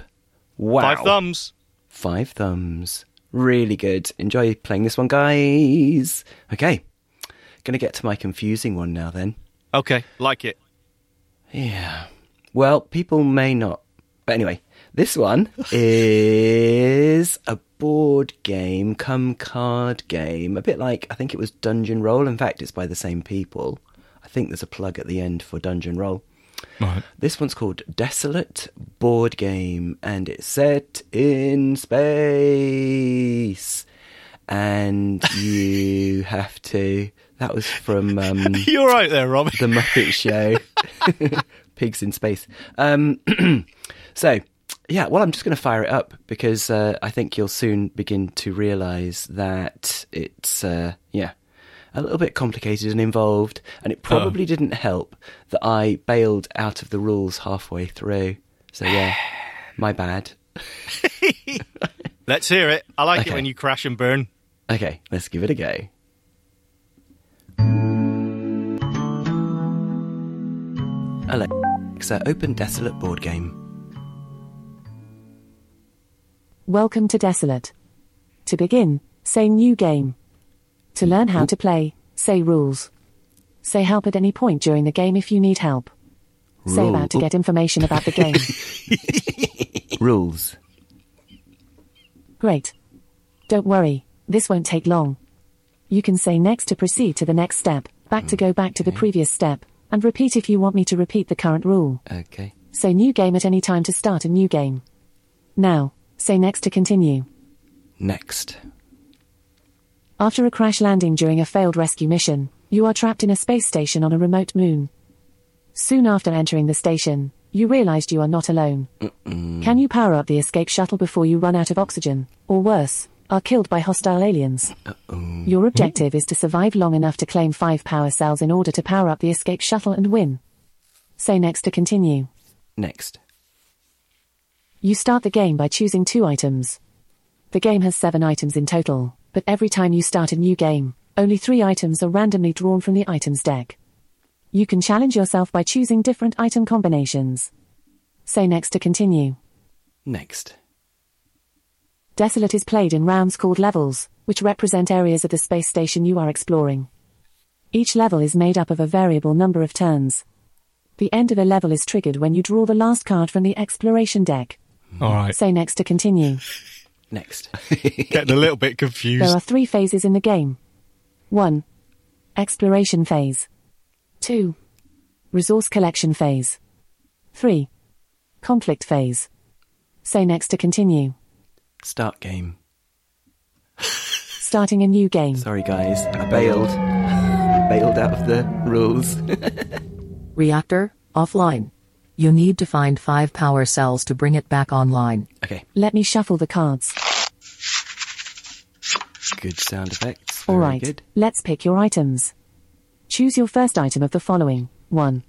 [SPEAKER 2] Wow.
[SPEAKER 1] Five thumbs.
[SPEAKER 2] Five thumbs. Really good. Enjoy playing this one, guys. Okay. Gonna get to my confusing one now then.
[SPEAKER 1] Okay, like it.
[SPEAKER 2] Yeah. Well, people may not. But anyway, this one is a board game, come card game. A bit like, I think it was Dungeon Roll. In fact, it's by the same people. I think there's a plug at the end for Dungeon Roll. This one's called Desolate Board Game and it's set in space. And you have to. That was from. Um,
[SPEAKER 1] You're right there, Rob.
[SPEAKER 2] the Muppet Show. Pigs in space. Um, so, yeah, well, I'm just going to fire it up because uh, I think you'll soon begin to realise that it's, uh, yeah, a little bit complicated and involved. And it probably didn't help that I bailed out of the rules halfway through. So, yeah, my bad.
[SPEAKER 1] Let's hear it. I like it
[SPEAKER 2] Okay.
[SPEAKER 1] when you crash and burn.
[SPEAKER 2] Okay, let's give it a go. Alexa, open Desolate Board Game.
[SPEAKER 6] Welcome to Desolate. To begin, say new game. To learn how to play, say rules. Say help at any point during the game if you need help. Say about to
[SPEAKER 2] Rule.
[SPEAKER 6] get information about the game.
[SPEAKER 2] Rules.
[SPEAKER 6] Great. Don't worry, this won't take long. You can say next to proceed to the next step, back to go back to the previous step, and repeat if you want me to repeat the current rule.
[SPEAKER 2] Okay.
[SPEAKER 6] Say new game at any time to start a new game. Now, say next to continue.
[SPEAKER 2] Next.
[SPEAKER 6] After a crash landing during a failed rescue mission, you are trapped in a space station on a remote moon. Soon after entering the station, you realized you are not alone. Can you power up the escape shuttle before you run out of oxygen, or worse, are killed by hostile aliens? Your objective is to survive long enough to claim five power cells in order to power up the escape shuttle and win. Say next to continue.
[SPEAKER 2] Next.
[SPEAKER 6] You start the game by choosing two items. The game has seven items in total, but every time you start a new game, only three items are randomly drawn from the items deck. You can challenge yourself by choosing different item combinations. Say next to continue.
[SPEAKER 2] Next.
[SPEAKER 6] Desolate is played in rounds called levels, which represent areas of the space station you are exploring. Each level is made up of a variable number of turns. The end of a level is triggered when you draw the last card from the exploration deck.
[SPEAKER 1] All right.
[SPEAKER 6] Say next to continue.
[SPEAKER 2] Next.
[SPEAKER 1] Getting a little bit confused.
[SPEAKER 6] There are three phases in the game 1. Exploration phase. 2. Resource collection phase. 3. Conflict phase. Say next to continue.
[SPEAKER 2] Start game.
[SPEAKER 6] Starting a new game.
[SPEAKER 2] Sorry, guys. I bailed. bailed out of the rules.
[SPEAKER 15] Reactor, offline. You need to find five power cells to bring it back online.
[SPEAKER 2] okay.
[SPEAKER 6] Let me shuffle the cards.
[SPEAKER 2] Good sound effects.
[SPEAKER 6] All
[SPEAKER 2] Very
[SPEAKER 6] right,
[SPEAKER 2] Good.
[SPEAKER 6] let's pick your items. Choose your first item of the following 1.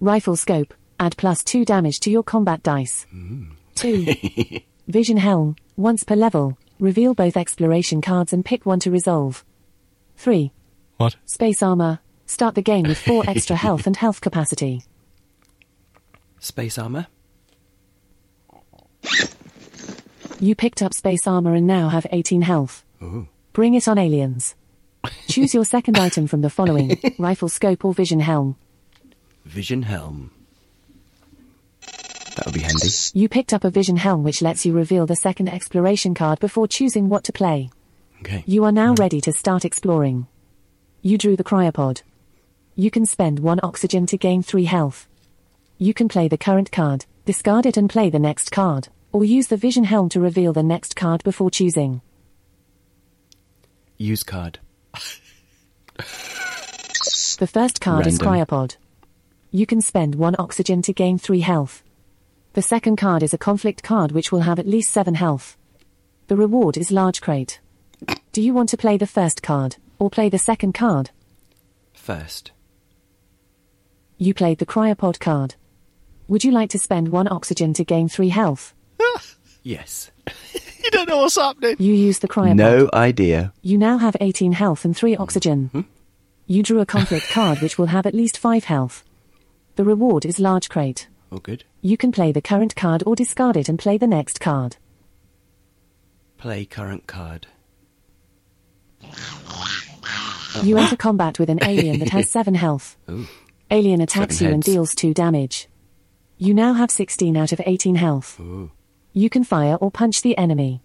[SPEAKER 6] Rifle scope, add plus 2 damage to your combat dice. 2. Vision helm, once per level, reveal both exploration cards and pick one to resolve. 3.
[SPEAKER 1] What?
[SPEAKER 6] Space armor, start the game with 4 extra health and health capacity.
[SPEAKER 2] Space armor.
[SPEAKER 6] You picked up space armor and now have 18 health.
[SPEAKER 2] Ooh.
[SPEAKER 6] Bring it on aliens. Choose your second item from the following rifle scope or vision helm.
[SPEAKER 2] Vision helm. That would be handy.
[SPEAKER 6] You picked up a vision helm which lets you reveal the second exploration card before choosing what to play.
[SPEAKER 2] Okay.
[SPEAKER 6] You are now ready to start exploring. You drew the cryopod. You can spend one oxygen to gain three health. You can play the current card, discard it and play the next card, or use the vision helm to reveal the next card before choosing.
[SPEAKER 2] Use card.
[SPEAKER 6] The first card is
[SPEAKER 2] Random.
[SPEAKER 6] Cryopod. You can spend one oxygen to gain three health. The second card is a conflict card which will have at least seven health. The reward is Large Crate. Do you want to play the first card, or play the second card?
[SPEAKER 2] First.
[SPEAKER 6] You played the Cryopod card. Would you like to spend one oxygen to gain three health?
[SPEAKER 2] Yes.
[SPEAKER 1] You don't know what's happening.
[SPEAKER 6] You use the Cryopod.
[SPEAKER 2] No idea.
[SPEAKER 6] You now have 18 health and 3 oxygen. You drew a conflict card which will have at least 5 health. The reward is Large Crate.
[SPEAKER 2] All good.
[SPEAKER 6] You can play the current card or discard it and play the next card.
[SPEAKER 2] Play current card.
[SPEAKER 6] You enter combat with an alien that has 7 health.
[SPEAKER 2] Ooh.
[SPEAKER 6] Alien attacks
[SPEAKER 2] Seven
[SPEAKER 6] you and
[SPEAKER 2] heads.
[SPEAKER 6] deals 2 damage. You now have 16 out of 18 health.
[SPEAKER 2] Ooh.
[SPEAKER 6] You can fire or punch the enemy.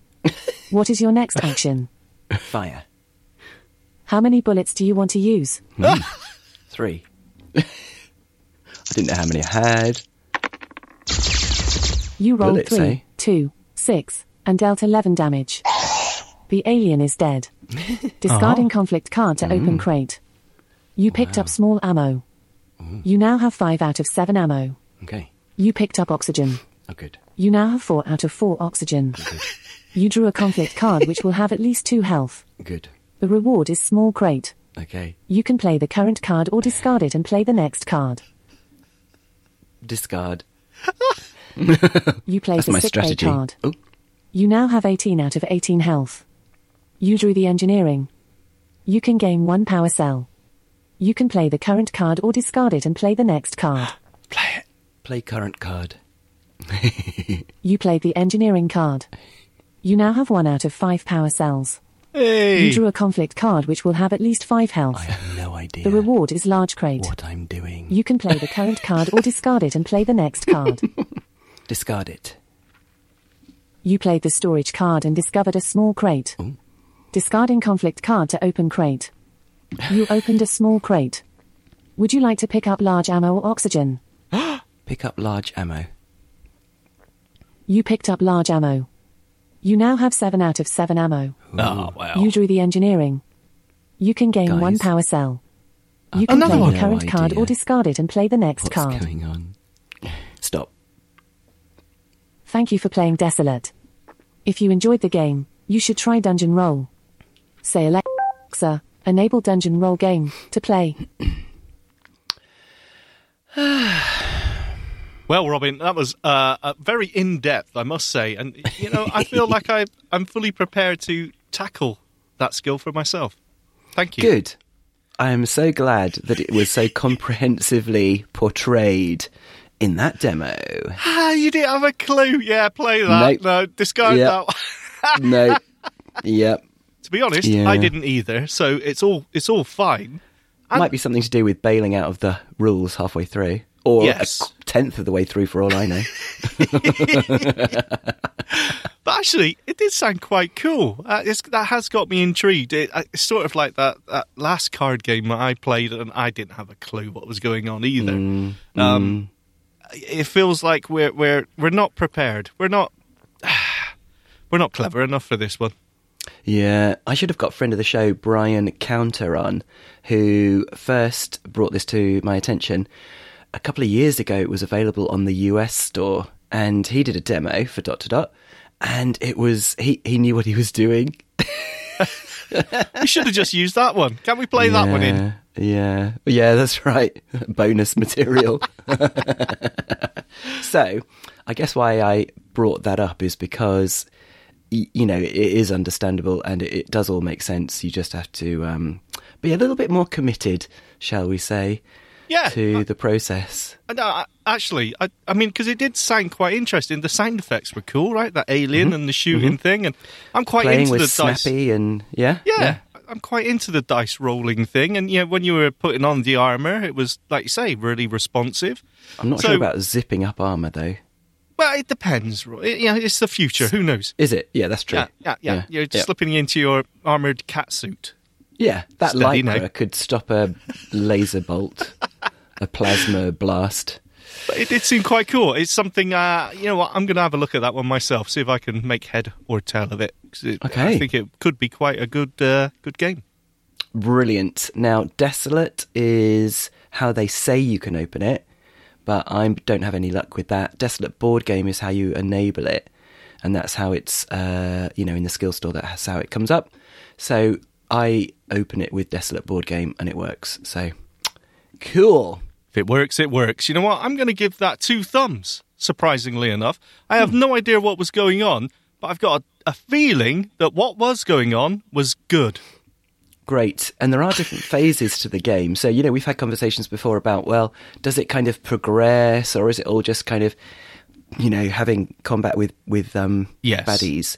[SPEAKER 6] what is your next action?
[SPEAKER 2] Fire.
[SPEAKER 6] How many bullets do you want to use?
[SPEAKER 2] Three. I didn't know how many I had.
[SPEAKER 6] You rolled
[SPEAKER 2] Bullets, eh?
[SPEAKER 6] three, two, six, and dealt 11 damage. The alien is dead. Discarding conflict card to open
[SPEAKER 2] Mm.
[SPEAKER 6] crate. You picked up small ammo. You now have 5 out of 7 ammo.
[SPEAKER 2] Okay.
[SPEAKER 6] You picked up oxygen.
[SPEAKER 2] Oh, good.
[SPEAKER 6] You now have 4 out of 4 oxygen. You drew a conflict card which will have at least 2 health.
[SPEAKER 2] Good.
[SPEAKER 6] The reward is small crate.
[SPEAKER 2] Okay.
[SPEAKER 6] You can play the current card or discard it and play the next card.
[SPEAKER 2] Discard.
[SPEAKER 6] You played
[SPEAKER 2] That's
[SPEAKER 6] the
[SPEAKER 2] my
[SPEAKER 6] sick bay
[SPEAKER 2] strategy.
[SPEAKER 6] card.
[SPEAKER 2] Oh,
[SPEAKER 6] You now have 18 out of 18 health. You drew the engineering. You can gain one power cell. You can play the current card or discard it and play the next card.
[SPEAKER 2] play current card.
[SPEAKER 6] You played the engineering card. You now have one out of five power cells.
[SPEAKER 1] Hey.
[SPEAKER 6] You drew a conflict card which will have at least five health. I
[SPEAKER 2] have no idea.
[SPEAKER 6] The reward is large crate.
[SPEAKER 2] What I'm doing.
[SPEAKER 6] You can play the current card or discard it and play the next card.
[SPEAKER 2] Discard it.
[SPEAKER 6] You played the storage card and discovered a small crate.
[SPEAKER 2] Oh.
[SPEAKER 6] Discarding conflict card to open crate. You opened a small crate. Would you like to pick up large ammo or oxygen?
[SPEAKER 2] Pick up large ammo.
[SPEAKER 6] You picked up large ammo. You now have 7 out of 7 ammo.
[SPEAKER 2] Oh, wow.
[SPEAKER 6] You drew the engineering. You can gain one
[SPEAKER 2] Guys.
[SPEAKER 6] power cell. You can
[SPEAKER 2] Another
[SPEAKER 6] play
[SPEAKER 2] one.
[SPEAKER 6] the current
[SPEAKER 2] No
[SPEAKER 6] card
[SPEAKER 2] idea.
[SPEAKER 6] or discard it and play the next
[SPEAKER 2] What's
[SPEAKER 6] card.
[SPEAKER 2] going on? Stop.
[SPEAKER 6] Thank you for playing Desolate. If you enjoyed the game, you should try Dungeon Roll. Say Alexa, enable Dungeon Roll game to play.
[SPEAKER 1] Well, Robin, that was uh, uh, very in depth, I must say, and you know, I feel like I, I'm fully prepared to tackle that skill for myself. Thank you.
[SPEAKER 2] Good. I am so glad that it was so comprehensively portrayed in that demo.
[SPEAKER 1] Ah, you didn't have a clue. Yeah, play that.
[SPEAKER 2] Nope.
[SPEAKER 1] No, discard
[SPEAKER 2] Yep.
[SPEAKER 1] that. one.
[SPEAKER 2] no. Yep.
[SPEAKER 1] to be honest,
[SPEAKER 2] Yeah.
[SPEAKER 1] I didn't either. So it's all it's all fine.
[SPEAKER 2] Might be something to do with bailing out of the rules halfway through, or
[SPEAKER 1] Yes.
[SPEAKER 2] a qu- tenth of the way through, for all I know.
[SPEAKER 1] But actually, it did sound quite cool. Uh, it's, that has got me intrigued. It, uh, it's sort of like that, that last card game that I played, and I didn't have a clue what was going on either.
[SPEAKER 2] Mm,
[SPEAKER 1] um, It feels like we're we're we're not prepared. We're not we're not clever enough for this one.
[SPEAKER 2] Yeah, I should have got friend of the show Brian Counter on, who first brought this to my attention a couple of years ago. It was available on the US store, and he did a demo for Dot to Dot, and it was he he knew what he was doing.
[SPEAKER 1] We should have just used that one. Can we play that one in?
[SPEAKER 2] Yeah, Yeah, yeah, that's right. Bonus material. so, I guess why I brought that up is because y- you know it is understandable and it, it does all make sense. You just have to um, be a little bit more committed, shall we say?
[SPEAKER 1] Yeah.
[SPEAKER 2] To the process.
[SPEAKER 1] And, uh, actually, I, I mean, because it did sound quite interesting. The sound effects were cool, right? That alien and the shooting thing, and I'm quite
[SPEAKER 2] Mm-hmm. Playing
[SPEAKER 1] into
[SPEAKER 2] with
[SPEAKER 1] the dice.
[SPEAKER 2] Snappy and yeah,
[SPEAKER 1] Yeah, I'm quite into the dice rolling thing, and yeah, when you were putting on the armor, it was like you say, really responsive.
[SPEAKER 2] I'm not
[SPEAKER 1] So-
[SPEAKER 2] sure about zipping up armor though.
[SPEAKER 1] Well, it depends. Roy. It- yeah, it's the future. Who knows?
[SPEAKER 2] Is it? Yeah, that's true.
[SPEAKER 1] Yeah, yeah, yeah.
[SPEAKER 2] Yeah.
[SPEAKER 1] You're just
[SPEAKER 2] Yeah.
[SPEAKER 1] slipping into your armored cat suit.
[SPEAKER 2] Yeah, that
[SPEAKER 1] Steady now.
[SPEAKER 2] lycra could stop a laser bolt, a plasma blast.
[SPEAKER 1] But it did seem quite cool. It's something, uh, you know what? I'm going to have a look at that one myself, see if I can make head or tail of it. 'Cause it- I
[SPEAKER 2] Okay.
[SPEAKER 1] think it could be quite a good, uh, good game.
[SPEAKER 2] Brilliant. Now, desolate is how they say you can open it, but I don't have any luck with that. Desolate board game is how you enable it, and that's how it's, uh, you know, in the skill store, that's how it comes up. So I open it with desolate board game, and it works. So cool.
[SPEAKER 1] If it works, it works. You know what? I'm going to give that two thumbs, surprisingly enough. I have no idea what was going on, but I've got a, a feeling that what was going on was good.
[SPEAKER 2] Great. And there are different phases to the game. So, you know, we've had conversations before about, well, does it kind of progress or is it all just kind of, you know, having combat with, with um,
[SPEAKER 1] Yes.
[SPEAKER 2] baddies?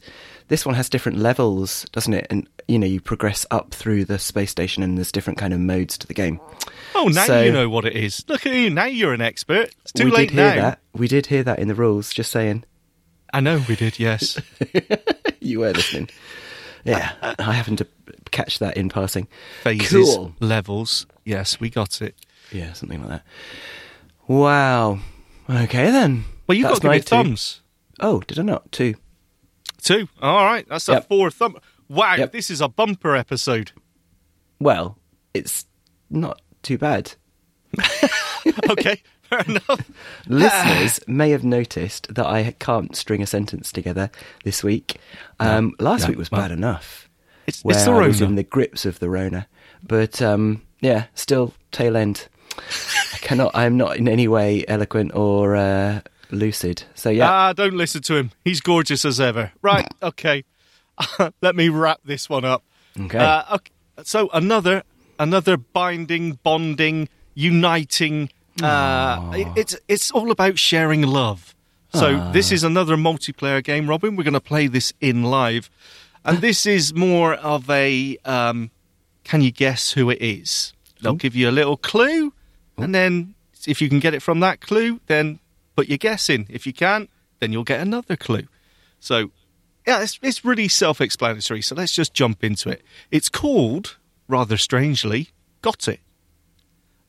[SPEAKER 2] This one has different levels, doesn't it? And, you know, you progress up through the space station and there's different kind of modes to the game.
[SPEAKER 1] Oh, now
[SPEAKER 2] So-
[SPEAKER 1] you know what it is. Look at you. Now you're an expert. It's too
[SPEAKER 2] we
[SPEAKER 1] late
[SPEAKER 2] did hear
[SPEAKER 1] now.
[SPEAKER 2] that. We did hear that in the rules, just saying.
[SPEAKER 1] I know we did, yes.
[SPEAKER 2] you were listening. Yeah, I happened to catch that in passing.
[SPEAKER 1] Phases,
[SPEAKER 2] Cool.
[SPEAKER 1] levels. Yes, we got it.
[SPEAKER 2] Yeah, something like that. Wow. Okay then.
[SPEAKER 1] Well, you
[SPEAKER 2] That's
[SPEAKER 1] got to give
[SPEAKER 2] my
[SPEAKER 1] it
[SPEAKER 2] two.
[SPEAKER 1] thumbs.
[SPEAKER 2] Oh, did I not? Two.
[SPEAKER 1] Two. All right. That's a
[SPEAKER 2] Yep.
[SPEAKER 1] four thumb. Wow, this is a bumper episode.
[SPEAKER 2] Well, it's not too bad.
[SPEAKER 1] okay, fair enough.
[SPEAKER 2] Listeners may have noticed that I can't string a sentence together this week. Um, last
[SPEAKER 1] no,
[SPEAKER 2] week was
[SPEAKER 1] well,
[SPEAKER 2] bad enough.
[SPEAKER 1] It's,
[SPEAKER 2] where
[SPEAKER 1] it's the
[SPEAKER 2] I was in
[SPEAKER 1] Rona.
[SPEAKER 2] the grips of the Rona. But um, yeah, still tail end. I cannot. I'm not in any way eloquent or uh, lucid. So yeah,
[SPEAKER 1] Ah, don't listen to him. He's gorgeous as ever. Right, okay. Let me wrap this one up.
[SPEAKER 2] Okay.
[SPEAKER 1] Uh, ok- So another another binding, bonding, uniting. Uh, it- it's it's all about sharing love. So this is another multiplayer game, Robin. We're going to play this in live, and this is more of a um, can you guess who it is? They'll give you a little clue, and then if you can get it from that clue, then put your guess in. If you can't, then you'll get another clue. So, yeah, it's, it's really self explanatory. So let's just jump into it. It's called, rather strangely, Got It.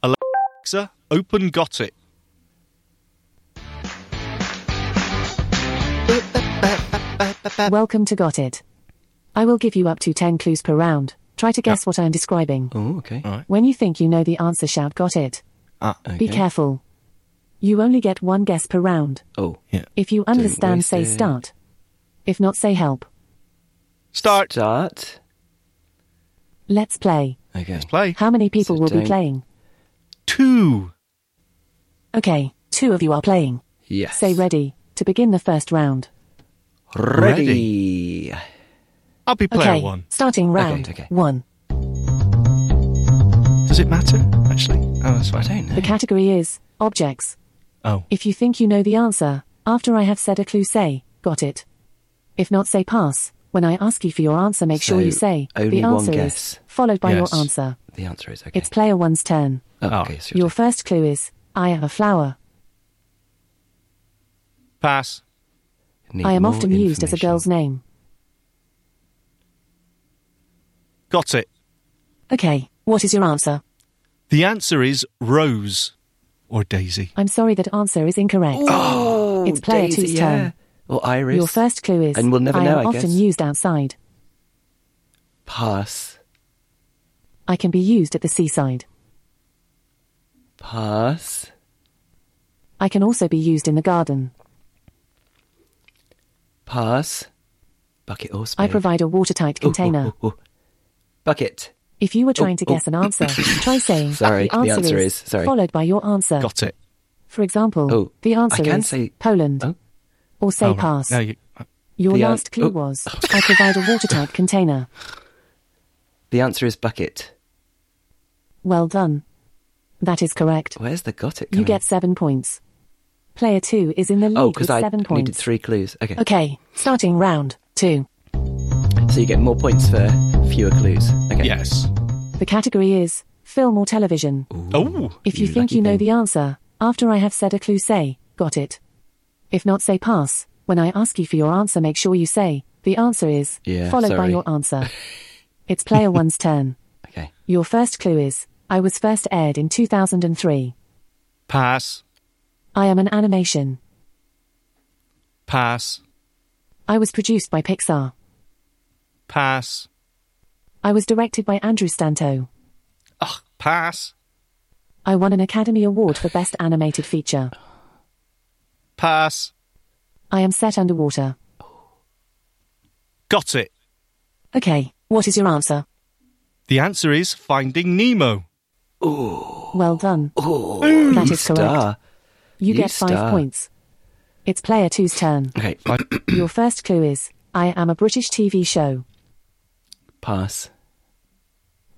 [SPEAKER 1] Alexa, open Got It.
[SPEAKER 6] Welcome to Got It. I will give you up to 10 clues per round. Try to guess what I am describing.
[SPEAKER 2] Oh, okay.
[SPEAKER 6] When you think you know the answer, shout Got It.
[SPEAKER 1] Ah,
[SPEAKER 6] Be careful. You only get one guess per round.
[SPEAKER 2] Oh,
[SPEAKER 1] yeah.
[SPEAKER 6] If you understand,
[SPEAKER 2] waste
[SPEAKER 6] say
[SPEAKER 2] it.
[SPEAKER 6] start. If not, say help.
[SPEAKER 1] Start.
[SPEAKER 2] Start.
[SPEAKER 6] Let's play.
[SPEAKER 2] Okay.
[SPEAKER 1] Play.
[SPEAKER 6] How many people
[SPEAKER 2] So
[SPEAKER 6] will be
[SPEAKER 2] don't-
[SPEAKER 6] playing?
[SPEAKER 1] Two.
[SPEAKER 6] Okay, two of you are playing.
[SPEAKER 2] Yes.
[SPEAKER 6] Say ready to begin the first round.
[SPEAKER 2] Ready.
[SPEAKER 1] I'll be player
[SPEAKER 6] okay,
[SPEAKER 1] one.
[SPEAKER 6] starting round
[SPEAKER 2] Okay, okay.
[SPEAKER 6] one.
[SPEAKER 1] Does it matter, actually? Oh, that's fine.
[SPEAKER 6] The category is objects.
[SPEAKER 1] Oh.
[SPEAKER 6] If you think you know the answer, after I have said a clue, say, got it. If not, say pass. When I ask you for your answer, make sure
[SPEAKER 2] So,
[SPEAKER 6] you say,
[SPEAKER 2] only
[SPEAKER 6] the
[SPEAKER 2] one
[SPEAKER 6] answer
[SPEAKER 2] guess.
[SPEAKER 6] is, followed by
[SPEAKER 2] Yes.
[SPEAKER 6] your answer.
[SPEAKER 2] The answer is okay.
[SPEAKER 6] It's player one's turn.
[SPEAKER 2] Oh, okay, so
[SPEAKER 6] Your first clue is, I am a flower.
[SPEAKER 1] Pass.
[SPEAKER 2] Need
[SPEAKER 6] I am
[SPEAKER 2] more
[SPEAKER 6] often used as a
[SPEAKER 2] information.
[SPEAKER 6] girl's name.
[SPEAKER 1] Got it.
[SPEAKER 6] Okay, what is your answer?
[SPEAKER 1] The answer is Rose or Daisy.
[SPEAKER 6] I'm sorry that answer is incorrect.
[SPEAKER 2] Oh,
[SPEAKER 6] it's player
[SPEAKER 2] Daisy,
[SPEAKER 6] two's
[SPEAKER 2] yeah.
[SPEAKER 6] turn.
[SPEAKER 2] Or Iris.
[SPEAKER 6] Your first clue is,
[SPEAKER 2] and we'll never
[SPEAKER 6] I
[SPEAKER 2] know.
[SPEAKER 6] am
[SPEAKER 2] I
[SPEAKER 6] often
[SPEAKER 2] guess.
[SPEAKER 6] used outside.
[SPEAKER 2] Pass.
[SPEAKER 6] I can be used at the seaside.
[SPEAKER 2] Pass.
[SPEAKER 6] I can also be used in the garden.
[SPEAKER 2] Pass. Bucket or spade. Oh,
[SPEAKER 6] I provide a watertight
[SPEAKER 2] Ooh, ooh,
[SPEAKER 6] container.
[SPEAKER 2] ooh, ooh. Bucket.
[SPEAKER 6] If you were trying to
[SPEAKER 2] oh.
[SPEAKER 6] guess an answer, try saying "Uh,
[SPEAKER 2] Sorry,
[SPEAKER 6] the answer,
[SPEAKER 2] is- sorry.
[SPEAKER 6] followed by your answer.
[SPEAKER 1] Got it.
[SPEAKER 6] For example,
[SPEAKER 2] Oh,
[SPEAKER 6] the
[SPEAKER 2] I
[SPEAKER 6] answer
[SPEAKER 2] can
[SPEAKER 6] is
[SPEAKER 2] say-
[SPEAKER 6] Poland. Or say
[SPEAKER 1] Oh, right.
[SPEAKER 6] pass.
[SPEAKER 1] No, you-
[SPEAKER 6] Your
[SPEAKER 2] The an-
[SPEAKER 6] last clue
[SPEAKER 2] oh.
[SPEAKER 6] was I provide a watertight container.
[SPEAKER 2] The answer is bucket.
[SPEAKER 6] Well done. That is correct.
[SPEAKER 2] Where's the got it?
[SPEAKER 6] You
[SPEAKER 2] coming?
[SPEAKER 6] get seven points. Player two is in the lead
[SPEAKER 2] Oh,
[SPEAKER 6] with
[SPEAKER 2] because I
[SPEAKER 6] seven points.
[SPEAKER 2] needed three clues. Okay.
[SPEAKER 6] Okay, starting round two.
[SPEAKER 2] So you get more points for fewer clues.
[SPEAKER 1] Yes.
[SPEAKER 6] The category is film or television.
[SPEAKER 1] Oh.
[SPEAKER 6] If you, think you know the answer, after I have said a clue, say, got it. If not, say pass. When I ask you for your answer, make sure you say, the answer is,
[SPEAKER 2] Yeah,
[SPEAKER 6] followed by
[SPEAKER 2] sorry.
[SPEAKER 6] your answer. it's player one's turn.
[SPEAKER 2] Okay.
[SPEAKER 6] Your first clue is, I was first aired in 2003.
[SPEAKER 1] Pass.
[SPEAKER 6] I am an animation.
[SPEAKER 1] Pass.
[SPEAKER 6] I was produced by Pixar.
[SPEAKER 1] Pass.
[SPEAKER 6] I was directed by Andrew Stanto.
[SPEAKER 1] Pass.
[SPEAKER 6] I won an Academy Award for Best Animated Feature.
[SPEAKER 1] Pass.
[SPEAKER 6] I am set underwater.
[SPEAKER 1] Got it.
[SPEAKER 6] Okay, what is your answer?
[SPEAKER 1] The answer is Finding Nemo.
[SPEAKER 6] Well done.
[SPEAKER 1] Ooh,
[SPEAKER 6] that is correct.
[SPEAKER 1] star.
[SPEAKER 6] You,
[SPEAKER 1] You
[SPEAKER 6] get five
[SPEAKER 1] star.
[SPEAKER 6] points. It's player two's turn.
[SPEAKER 2] Okay.
[SPEAKER 6] Your first clue is I am a British TV show.
[SPEAKER 2] Pass.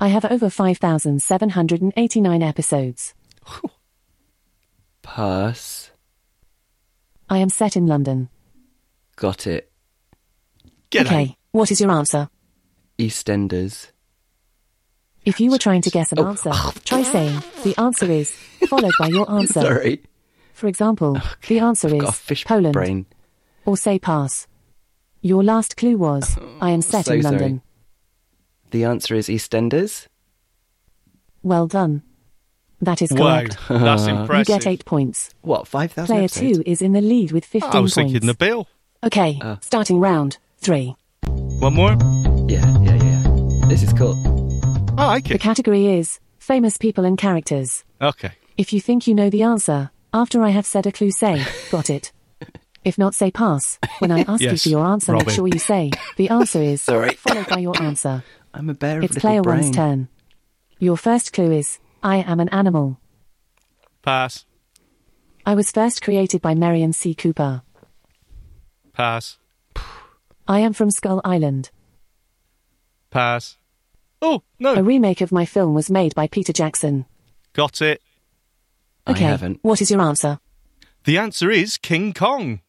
[SPEAKER 6] I have over 5,789 episodes.
[SPEAKER 2] Pass.
[SPEAKER 6] I am set in London.
[SPEAKER 2] Got it.
[SPEAKER 6] okay, what is your answer?
[SPEAKER 2] EastEnders.
[SPEAKER 6] If you were trying to guess an
[SPEAKER 2] Oh.
[SPEAKER 6] answer, try saying the answer is followed by your answer.
[SPEAKER 2] Sorry.
[SPEAKER 6] For example, the answer is Poland.
[SPEAKER 2] Brain.
[SPEAKER 6] Or say pass. Your last clue was I am set
[SPEAKER 2] so
[SPEAKER 6] in
[SPEAKER 2] sorry.
[SPEAKER 6] London.
[SPEAKER 2] The answer is EastEnders.
[SPEAKER 6] Well done. That is
[SPEAKER 2] Wow,
[SPEAKER 6] correct.
[SPEAKER 2] that's
[SPEAKER 6] You
[SPEAKER 2] impressive. Oh,
[SPEAKER 6] get eight points.
[SPEAKER 2] What, 5,000
[SPEAKER 6] Player
[SPEAKER 2] episodes?
[SPEAKER 6] two is in the lead with 15
[SPEAKER 1] I was
[SPEAKER 6] points.
[SPEAKER 1] thinking the bill.
[SPEAKER 6] Okay,
[SPEAKER 2] Ah.
[SPEAKER 6] starting round three.
[SPEAKER 1] One more?
[SPEAKER 2] Yeah, yeah, yeah. This is cool.
[SPEAKER 1] I like it.
[SPEAKER 6] The category is famous people and characters.
[SPEAKER 1] Okay.
[SPEAKER 6] If you think you know the answer, after I have said a clue, say, got it. If not, say pass. When I ask you
[SPEAKER 2] Yes,
[SPEAKER 6] for your answer,
[SPEAKER 2] Robin.
[SPEAKER 6] make sure you say, the answer is,
[SPEAKER 2] Sorry.
[SPEAKER 6] followed by your answer.
[SPEAKER 2] I'm a bear
[SPEAKER 6] It's
[SPEAKER 2] of little
[SPEAKER 6] player
[SPEAKER 2] brain.
[SPEAKER 6] one's turn. Your first clue is, I am an animal.
[SPEAKER 1] Pass.
[SPEAKER 6] I was first created by Marion C. Cooper.
[SPEAKER 1] Pass.
[SPEAKER 6] I am from Skull Island.
[SPEAKER 1] Pass. Oh, no.
[SPEAKER 6] A remake of my film was made by Peter Jackson.
[SPEAKER 1] Got it.
[SPEAKER 6] Okay. What is your answer?
[SPEAKER 1] The answer is King Kong.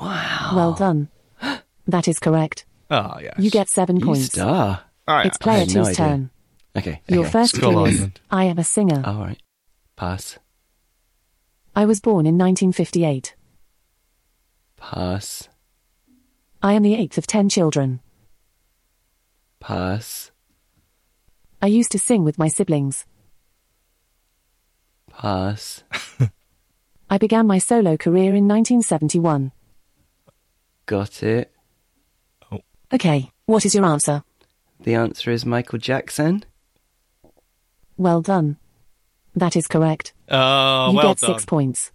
[SPEAKER 6] Well
[SPEAKER 2] Oh.
[SPEAKER 6] done. That is correct.
[SPEAKER 1] Ah, yes.
[SPEAKER 6] You get seven points.
[SPEAKER 2] star.
[SPEAKER 1] All right.
[SPEAKER 6] It's player
[SPEAKER 2] I had no
[SPEAKER 6] two's
[SPEAKER 2] idea.
[SPEAKER 6] turn.
[SPEAKER 2] Okay.
[SPEAKER 6] Your
[SPEAKER 2] okay. Uh.
[SPEAKER 6] first clue is I am a singer.
[SPEAKER 2] All right. Pass.
[SPEAKER 6] I was born in 1958.
[SPEAKER 2] Pass.
[SPEAKER 6] I am the eighth of ten children.
[SPEAKER 2] Pass.
[SPEAKER 6] I used to sing with my siblings.
[SPEAKER 2] Pass.
[SPEAKER 6] I began my solo career in 1971.
[SPEAKER 2] Got it.
[SPEAKER 6] Okay. What is your answer?
[SPEAKER 2] The answer is Michael Jackson.
[SPEAKER 6] Well done. That is correct.
[SPEAKER 1] Oh,
[SPEAKER 6] you
[SPEAKER 1] well
[SPEAKER 6] get
[SPEAKER 1] done.
[SPEAKER 6] six points.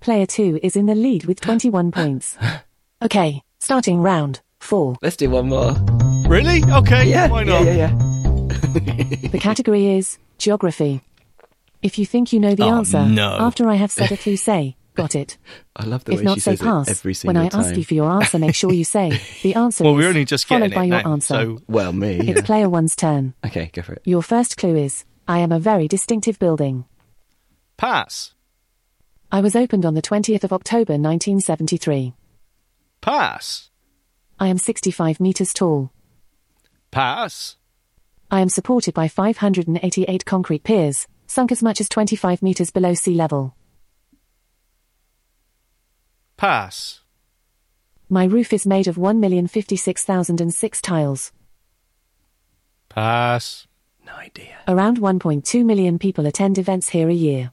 [SPEAKER 6] Player two is in the lead with 21 points. Okay, starting round four.
[SPEAKER 2] Let's do one more.
[SPEAKER 1] Really? Okay,
[SPEAKER 2] Yeah,
[SPEAKER 1] why
[SPEAKER 2] yeah,
[SPEAKER 1] not?
[SPEAKER 2] yeah, yeah.
[SPEAKER 6] The category is geography. If you think you know the
[SPEAKER 2] Oh,
[SPEAKER 6] answer,
[SPEAKER 2] no.
[SPEAKER 6] after I have said a clue, say, got it.
[SPEAKER 2] I love the
[SPEAKER 6] If
[SPEAKER 2] way
[SPEAKER 6] not,
[SPEAKER 2] she
[SPEAKER 6] say
[SPEAKER 2] says
[SPEAKER 6] pass.
[SPEAKER 2] it every single
[SPEAKER 6] when I
[SPEAKER 2] time.
[SPEAKER 6] ask you for your answer, make sure you say, the answer
[SPEAKER 1] Well,
[SPEAKER 6] is,
[SPEAKER 1] we're only just
[SPEAKER 6] followed
[SPEAKER 1] getting
[SPEAKER 6] by
[SPEAKER 1] it
[SPEAKER 6] your
[SPEAKER 1] now,
[SPEAKER 6] answer.
[SPEAKER 1] so-
[SPEAKER 2] Well, me.
[SPEAKER 6] It's player one's turn.
[SPEAKER 2] Okay, go for it.
[SPEAKER 6] Your first clue is, I am a very distinctive building.
[SPEAKER 1] Pass.
[SPEAKER 6] I was opened on the 20th of October 1973.
[SPEAKER 1] Pass.
[SPEAKER 6] I am 65 meters tall.
[SPEAKER 1] Pass.
[SPEAKER 6] I am supported by 588 concrete piers, sunk as much as 25 meters below sea level.
[SPEAKER 1] Pass.
[SPEAKER 6] My roof is made of 1,056,006 tiles.
[SPEAKER 1] Pass.
[SPEAKER 6] Around 1.2 million people attend events here a year.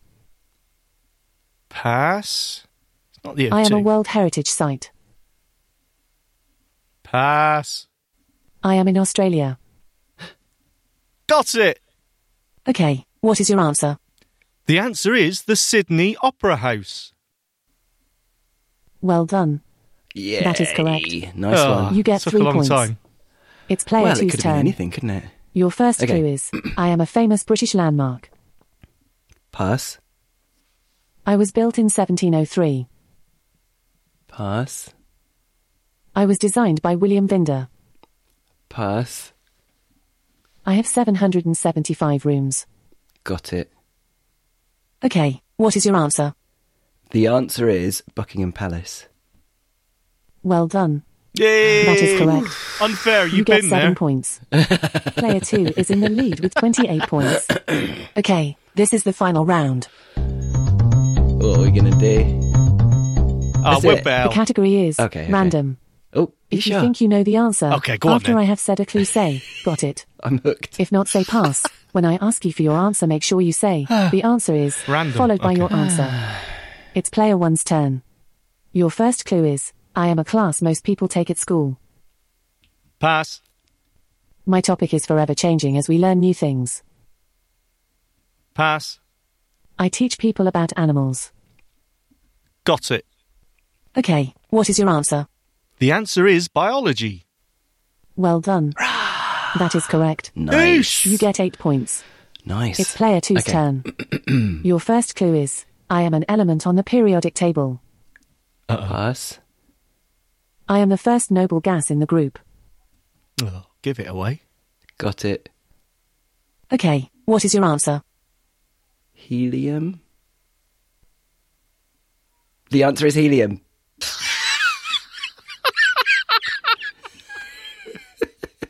[SPEAKER 1] Pass. It's not the
[SPEAKER 6] I am a
[SPEAKER 1] O2.
[SPEAKER 6] World Heritage Site.
[SPEAKER 1] Pass.
[SPEAKER 6] I am in Australia.
[SPEAKER 1] Got it.
[SPEAKER 6] Okay, what is your answer?
[SPEAKER 1] The answer is the Sydney Opera House.
[SPEAKER 6] Well done.
[SPEAKER 2] Yeah.
[SPEAKER 6] That is correct.
[SPEAKER 2] Nice
[SPEAKER 1] Ah,
[SPEAKER 2] one.
[SPEAKER 6] You get
[SPEAKER 1] took
[SPEAKER 6] three
[SPEAKER 1] a long
[SPEAKER 6] points.
[SPEAKER 1] time.
[SPEAKER 6] It's player
[SPEAKER 2] well, it
[SPEAKER 6] two's
[SPEAKER 2] could have
[SPEAKER 6] turn.
[SPEAKER 2] been anything, couldn't it?
[SPEAKER 6] Your first
[SPEAKER 2] Okay.
[SPEAKER 6] clue is I am a famous British landmark.
[SPEAKER 2] Pass.
[SPEAKER 6] I was built in 1703.
[SPEAKER 2] Pass.
[SPEAKER 6] I was designed by William Binder.
[SPEAKER 2] Pass.
[SPEAKER 6] I have 775 rooms.
[SPEAKER 2] Got it.
[SPEAKER 6] Okay, what is your answer?
[SPEAKER 2] The answer is Buckingham Palace.
[SPEAKER 6] Well done.
[SPEAKER 1] Yay!
[SPEAKER 6] That is correct.
[SPEAKER 1] Unfair, you've
[SPEAKER 6] you get
[SPEAKER 1] been
[SPEAKER 6] seven
[SPEAKER 1] there.
[SPEAKER 6] points. Player two is in the lead with 28 points. Okay, this is the final round.
[SPEAKER 2] What are we gonna do?
[SPEAKER 1] Oh,
[SPEAKER 2] That's
[SPEAKER 1] we're
[SPEAKER 2] it.
[SPEAKER 1] bail.
[SPEAKER 6] The category is
[SPEAKER 2] Okay, okay.
[SPEAKER 6] random.
[SPEAKER 2] Oh, you
[SPEAKER 6] If you
[SPEAKER 2] sure?
[SPEAKER 6] think you know the answer,
[SPEAKER 2] Okay, go on
[SPEAKER 6] after
[SPEAKER 2] then.
[SPEAKER 6] I have said a clue, say, got it.
[SPEAKER 2] I'm hooked.
[SPEAKER 6] If not, say pass. when I ask you for your answer, make sure you say, the answer is,
[SPEAKER 2] Random,
[SPEAKER 6] followed by your
[SPEAKER 2] okay.
[SPEAKER 6] answer. it's player one's turn. Your first clue is, I am a class most people take at school.
[SPEAKER 1] Pass.
[SPEAKER 6] My topic is forever changing as we learn new things.
[SPEAKER 1] Pass.
[SPEAKER 6] I teach people about animals.
[SPEAKER 1] Got it.
[SPEAKER 6] Okay, what is your answer?
[SPEAKER 1] The answer is biology.
[SPEAKER 6] Well done. that is correct.
[SPEAKER 1] Nice.
[SPEAKER 6] You get eight points.
[SPEAKER 2] Nice.
[SPEAKER 6] It's player two's
[SPEAKER 2] Okay.
[SPEAKER 6] turn. Your first clue is I am an element on the periodic table.
[SPEAKER 2] Pass.
[SPEAKER 6] I am the first noble gas in the group.
[SPEAKER 1] Oh, give it away.
[SPEAKER 2] Got it.
[SPEAKER 6] Okay, what is your answer?
[SPEAKER 2] Helium. The answer is helium.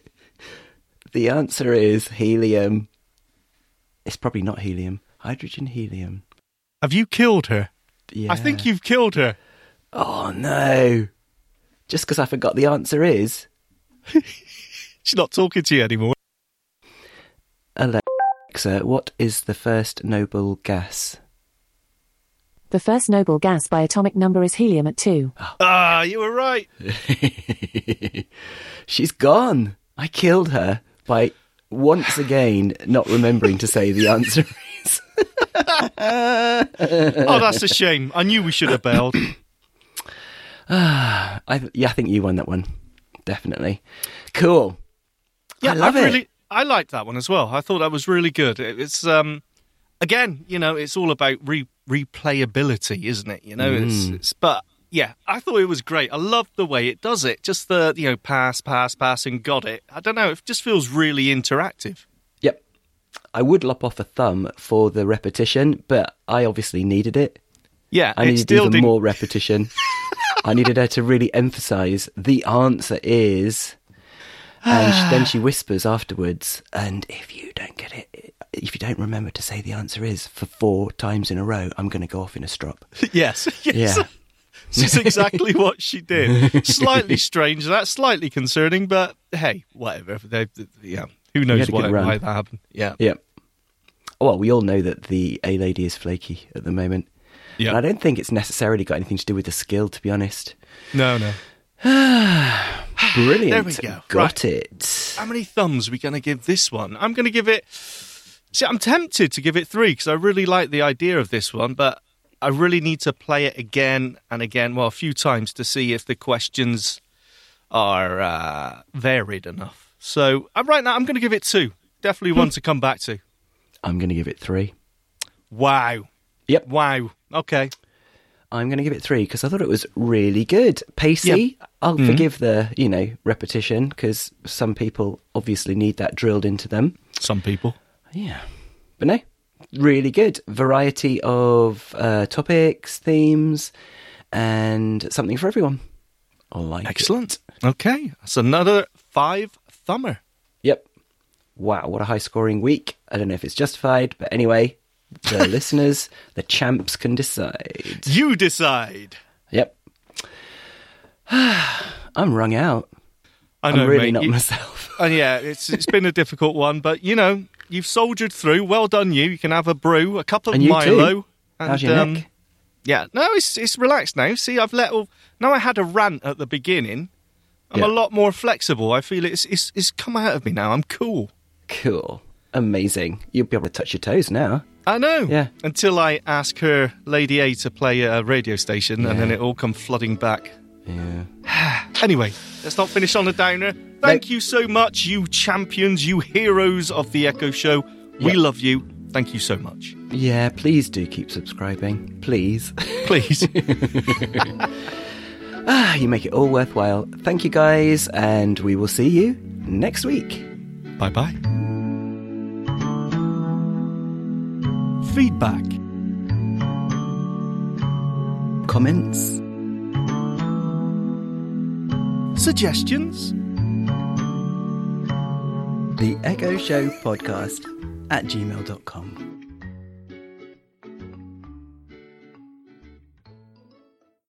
[SPEAKER 2] the answer is helium. It's probably not helium. Hydrogen, helium.
[SPEAKER 1] Have you killed her?
[SPEAKER 2] Yeah.
[SPEAKER 1] I think you've killed her.
[SPEAKER 2] Oh no! Just because I forgot the answer is
[SPEAKER 1] She's not talking to you anymore.
[SPEAKER 2] Alexa. What is the first noble gas?
[SPEAKER 6] The first noble gas by atomic number is helium at two.
[SPEAKER 1] Ah, you were right.
[SPEAKER 2] She's gone. I killed her by once again not remembering to say the answer is.
[SPEAKER 1] Oh, that's a shame. I knew we should have bailed.
[SPEAKER 2] I th- yeah, I think you won that one. Definitely. Cool. I love it.
[SPEAKER 1] Really, I liked that one as well. I thought that was really good. It- It's um, again, you know, it's all about re- replayability, isn't it? You know, it's,
[SPEAKER 2] Mm.
[SPEAKER 1] it's but yeah, I thought it was great. I love the way it does it. Just the you know, pass, pass, pass, and got it. I don't know. It just feels really interactive.
[SPEAKER 2] Yep. I would lop off a thumb for the repetition, but I obviously needed it.
[SPEAKER 1] Yeah,
[SPEAKER 2] I
[SPEAKER 1] it
[SPEAKER 2] needed
[SPEAKER 1] still
[SPEAKER 2] even
[SPEAKER 1] didn't-
[SPEAKER 2] more repetition. I needed her to really emphasize the answer is. And sh- then she whispers afterwards, and if you don't get it, if you don't remember to say the answer is for four times in a row, I'm going to go off in a strop.
[SPEAKER 1] yes, yes.
[SPEAKER 2] Yeah.
[SPEAKER 1] That's exactly what she did. Slightly strange, that's slightly concerning, but hey, whatever. They, yeah, who
[SPEAKER 2] You
[SPEAKER 1] knows
[SPEAKER 2] had a good
[SPEAKER 1] why,
[SPEAKER 2] run.
[SPEAKER 1] why that happened? Yeah,
[SPEAKER 2] Yep. Well, we all know that the A lady is flaky at the moment.
[SPEAKER 1] Yeah.
[SPEAKER 2] And I don't think it's necessarily got anything to do with the skill, to be honest.
[SPEAKER 1] no, no.
[SPEAKER 2] Brilliant.
[SPEAKER 1] There we go.
[SPEAKER 2] Got
[SPEAKER 1] Right.
[SPEAKER 2] it.
[SPEAKER 1] How many thumbs are we going to give this one? I'm going to give it. See, I'm tempted to give it three because I really like the idea of this one, but I really need to play it again and again, well, a few times to see if the questions are uh, varied enough. So uh, right now, I'm going to give it two. Definitely one to come back to.
[SPEAKER 2] I'm going to give it three.
[SPEAKER 1] Wow.
[SPEAKER 2] Yep.
[SPEAKER 1] Wow. Okay.
[SPEAKER 2] I'm going to give it three because I thought it was really good. Pacey, I'll
[SPEAKER 1] Mhm.
[SPEAKER 2] forgive the, you know, repetition because some people obviously need that drilled into them.
[SPEAKER 1] Some people.
[SPEAKER 2] Yeah. But no, really good. Variety of uh, topics, themes, and something for everyone. I like it.
[SPEAKER 1] Excellent. Okay. That's another five thumber.
[SPEAKER 2] Yep. Wow, what a high scoring week. I don't know if it's justified, but anyway, the listeners, the champs can decide.
[SPEAKER 1] You decide.
[SPEAKER 2] Yep. I'm wrung out.
[SPEAKER 1] I
[SPEAKER 2] I'm
[SPEAKER 1] know,
[SPEAKER 2] really
[SPEAKER 1] mate.
[SPEAKER 2] not
[SPEAKER 1] You-
[SPEAKER 2] myself.
[SPEAKER 1] And yeah, it's it's been a difficult one, but you know you've soldiered through. Well done, you. You can have a brew, a cup of
[SPEAKER 2] And you
[SPEAKER 1] Milo. um,
[SPEAKER 2] too. How's your neck?
[SPEAKER 1] Yeah, no, it's it's relaxed now. See, I've let all. Now I had a rant at the beginning. I'm a
[SPEAKER 2] Yeah.
[SPEAKER 1] lot more flexible. I feel it's it's it's come out of me now. I'm cool.
[SPEAKER 2] Cool. Amazing. You'll be able to touch your toes now.
[SPEAKER 1] I know.
[SPEAKER 2] Yeah.
[SPEAKER 1] Until I ask her, Lady A, to play a radio station, and then it all come flooding back.
[SPEAKER 2] Yeah.
[SPEAKER 1] Anyway, let's not finish on a downer. Thank you so much, you champions, you heroes of the Echo Show. We
[SPEAKER 2] Yeah.
[SPEAKER 1] love you. Thank you so much.
[SPEAKER 2] Yeah, please do keep subscribing. Please.
[SPEAKER 1] Please.
[SPEAKER 2] ah, you make it all worthwhile. Thank you guys, and we will see you next week.
[SPEAKER 1] Bye bye. Feedback.
[SPEAKER 2] Comments?
[SPEAKER 1] suggestions?
[SPEAKER 2] The Echo Show Podcast at gmail.com.